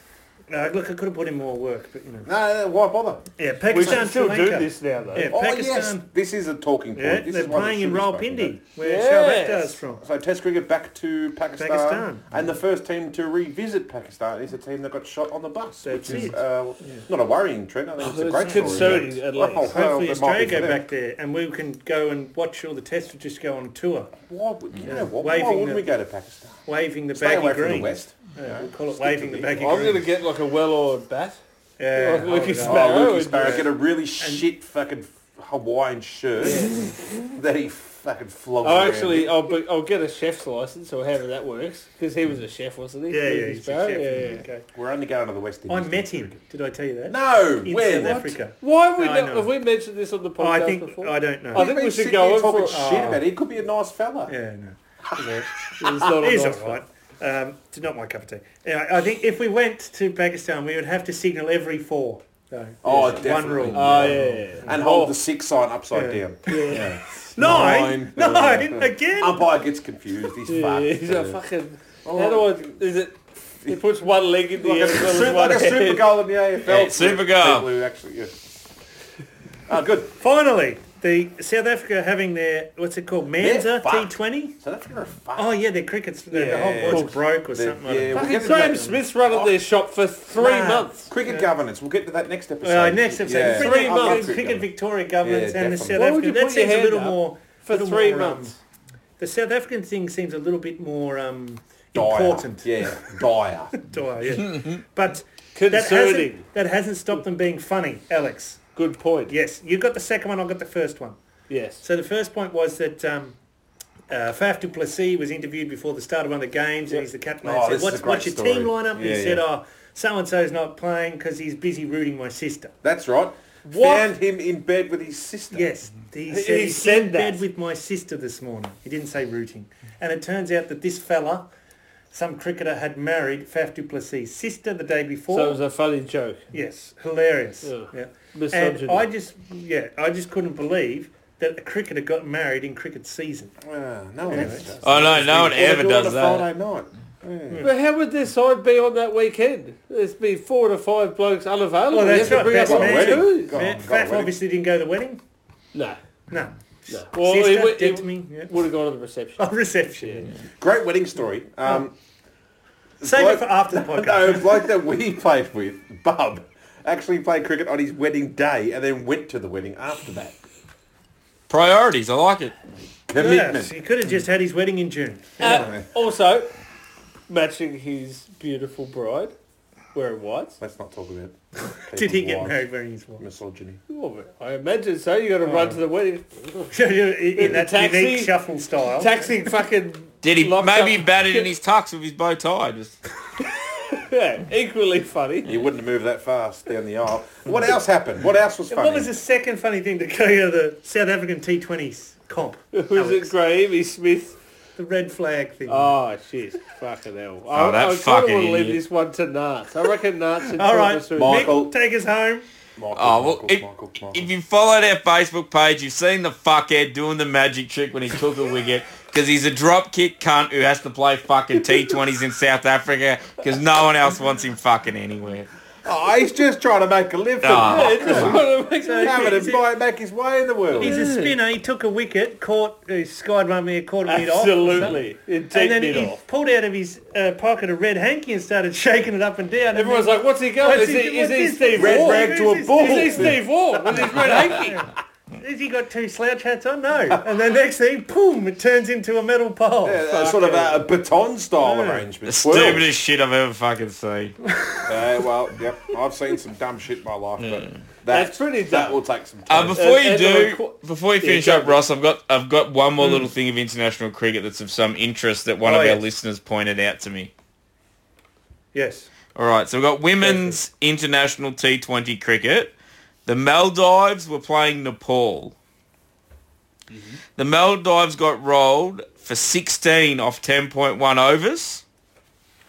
No, look, I could have put in more work, but you know. No, why bother? Yeah, We Pakistan should still Sri do Lanka. this now, though. Yeah, Oh yes, Pakistan. this is a talking point. Yeah, This they're is one that playing should in be Raw spoken Pindi, about. where Yes. yes. is from. So Test cricket back to Pakistan, Pakistan. and the first team to revisit Pakistan is the team that got shot on the bus, That's which is it. uh, not a worrying trend. I think it's a Oh, it's great concerning, story. at least. Oh, well, Hopefully it might be Australia for go them. back there and we can go and watch all the tests or just go on tour, Why, would, you know what, why Waving wouldn't the- we go to Pakistan? waving the Stay baggy away green. from the West. Yeah, we'll call it waving the the- baggy I'm going to green. get like a well-oiled bat. Yeah, like Lucas hold it up. Sparrow. Oh, Lucas and- Barrett get a really shit fucking Hawaiian shirt [LAUGHS] that he fucking flogged I'll around Oh, actually, in. I'll, be, I'll get a chef's license or however that works because he was a chef, wasn't he? Yeah, yeah, Lucas he's a Barrow, chef. yeah, yeah. Okay. We're only going to the West I Indies. met him. Did I tell you that? No, In where South the Africa. Why have we No, not, no. have we mentioned this on the podcast Oh, I think [LAUGHS] before? I don't know. I think We've we been should sitting go here in talking for- uh, shit about it. He could be a nice fella. yeah, no. It's not a He's nice all right. Um, it's not my cup of tea. Anyway, I think if we went to Pakistan, we would have to signal every four. So, Oh, there's definitely. One rule. Oh, yeah, yeah, yeah. And hold the six sign upside Yeah. down. [LAUGHS] Yeah. nine, Nine. nine, again. Umpire gets confused. He's Yeah, fucked. he's Yeah. a fucking... Oh. How do I... Is it... He puts one leg in the like, air a, as well as su- one like a hand. super goal in the AFL. Yeah, super goal. People who actually, yeah. Oh, good. [LAUGHS] Finally, the South Africa having their what's it called, Manza fucked. T20. South Africa are fucked. Oh yeah, their cricket's the, the Yeah. whole board's broke or They're- something. yeah, like that. we'll get Fucking to Graham that. Smith's run at their shop for three Nah. months. Cricket governance. We'll get to that next episode. Well, Uh, next episode, Yeah. cricket, Three I'll months. get to cricket Victoria governments Yeah, and the definitely. South Why would you African. That put your seems a hand little up more For little three more, um, months. the South African thing seems a little bit more um, Dire. important. Yeah, dire. [LAUGHS] Dire, [LAUGHS] yeah. but that Concerning. hasn't, that hasn't stopped them being funny, Alex. Good point. Yes, you got the second one. I got the first one. Yes. So the first point was that um, uh, Faf du Plessis was interviewed before the start of one of the games, Yeah. and he's the captain. Oh, and said, this is a "What's, great what's your story. team lineup?" And he Yeah, said, yeah. "Oh, so and so's not playing because he's busy rooting my sister." That's right. What? Found him in bed with his sister. Yes, he said, Mm-hmm. he he's said in that. bed with my sister this morning. He didn't say rooting, and it turns out that this fella, some cricketer, had married Faf du Plessis' sister the day before. So it was a funny joke. yes, hilarious. Ugh. Yeah. Misogyny. And I just, yeah, I just couldn't believe that a cricketer got married in cricket season. Ah, no one else does. Oh no, no one Or they ever do it on does a that. Friday night. Yeah. But how would their side be on that weekend? There's been four to five blokes unavailable. Well, You that's have to right, bring best up man. two. Go Fat on, go on, Faf Wendy. obviously didn't go to the wedding. No. No. no. Well, Sister, he, would- he dead to me. Yeah. would have gone to the reception. [LAUGHS] Oh, reception. Great wedding story. Oh, Um, Save Bloke- it for after the No, podcast. a bloke that we played with, Bub, actually played cricket on his wedding day and then went to the wedding after that. Priorities, I like it. Yes, [LAUGHS] Commitment. he could have just had his wedding in June. Uh, also, matching his beautiful bride wearing whites. Let's not talk about. Did he get people's married wearing his wife? Misogyny. Well, but I imagine so. You got to Oh. run to the wedding, [LAUGHS] in that Taxi? unique shuffle style. [LAUGHS] taxi, fucking Did he Locked maybe up. batted in his tux with his bow tie? Just yeah, [LAUGHS] equally funny. You wouldn't have moved that fast down the aisle. What else happened? What else was funny? What was the second funny thing to go out of the South African T20s [LAUGHS] comp? Who's Alex? it? Graeme Smith. The red flag thing. Oh shit! Fucking hell! Oh, that I, I fucking want to leave idiot. this one to Nats. I reckon Nats and All right, Travis are- Mike. Michael. Mick, take us home. Michael, Oh, well, Michael, if- Michael, Michael. if you followed our Facebook page, you've seen the fuckhead doing the magic trick when he took a wicket because he's a drop kick cunt who has to play fucking T20s in South Africa because no one else wants him fucking anywhere. Oh, he's just trying to make a living. [LAUGHS] Oh. I just want to make So- Having He's- to buy, make his way in the world. He's a spinner. He took a wicket, caught, uh, skied one there, caught a mid off. absolutely And in deep then mid he off. pulled out of his uh, pocket a red hanky and started [LAUGHS] shaking it up and down. And Everyone's like, "What's he going? What's Is he- he, is what's he this? Steve Red Waugh? rag to a Is bull. he Steve Waugh with his red hanky?" Has he got two slouch hats on? No. And then next thing, boom, it turns into a metal pole. Yeah, that's Uh, sort of a, a baton style Yeah. arrangement. The Well, stupidest shit I've ever fucking seen. uh, well, yep. I've seen some dumb shit in my life, but that, That's pretty dumb. That will take some Uh, time. before And- you and the do, reco- before you finish go up, Ross, I've got I've got one more little thing of international cricket that's of some interest that one Oh, of our yes. listeners pointed out to me. Yes. All right, so we've got women's international T20 cricket. The Maldives were playing Nepal. The Maldives got rolled for 16 off 10.1 overs.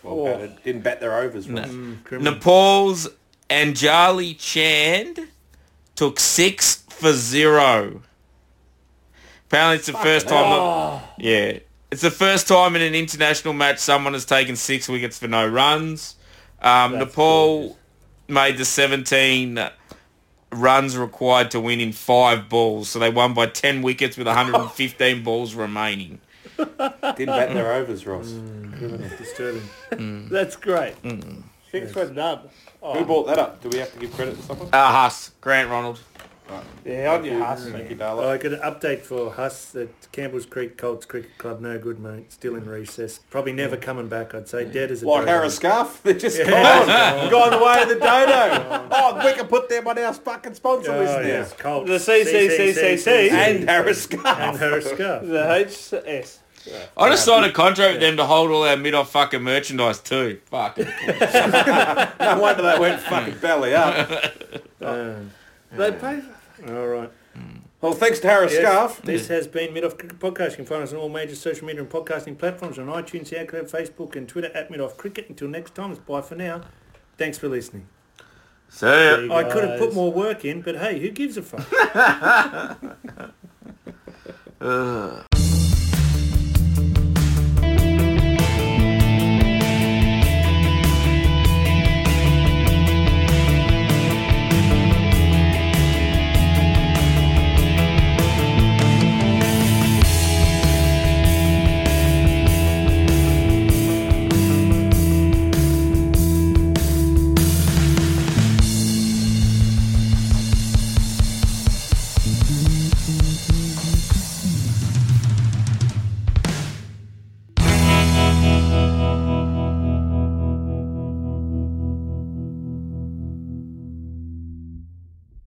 well, batted. Didn't bat their overs. once. Nepal's Anjali Chand took six for zero. Apparently, it's the first time. that- yeah, it's the first time in an international match someone has taken six wickets for no runs. Um, Nepal made the 17 runs required to win in five balls, so they won by 10 wickets with [LAUGHS] 115 balls remaining. Didn't bat their overs, Ross. Disturbing. That's great. Six for none. Who brought that up? Do we have to give credit to someone? Ah, Huss, Grant Ronald. Yeah, on your ass. Thank you, Well, darling. I got an update for Huss that Campbell's Creek Colts Cricket Club, no good, mate. Still in recess. Probably never coming back, I'd say. Dead as a Like dodo. Harris Scarf, [LAUGHS] they're just Oh, [LAUGHS] Yeah. gone, gone the way of the [LAUGHS] dodo. oh, we can put them on our fucking sponsor Oh, list now. yes, Colts. The CCCCC. And Harris and Scarf. Harris [LAUGHS] Scarf. The HS. I just signed a contract with them to hold all our mid-off fucking merchandise too. Fuck. [LAUGHS] No wonder they went fucking belly up. They pay. All right. Well, thanks to Harris Yes, Scarf. This has been Mid Off Cricket Podcast. You can find us on all major social media and podcasting platforms on iTunes, SoundCloud, Facebook, and Twitter at Mid Off Cricket. Until next time, it's bye for now. Thanks for listening. See ya. You I could have put guys. more work in, but hey, who gives a fuck?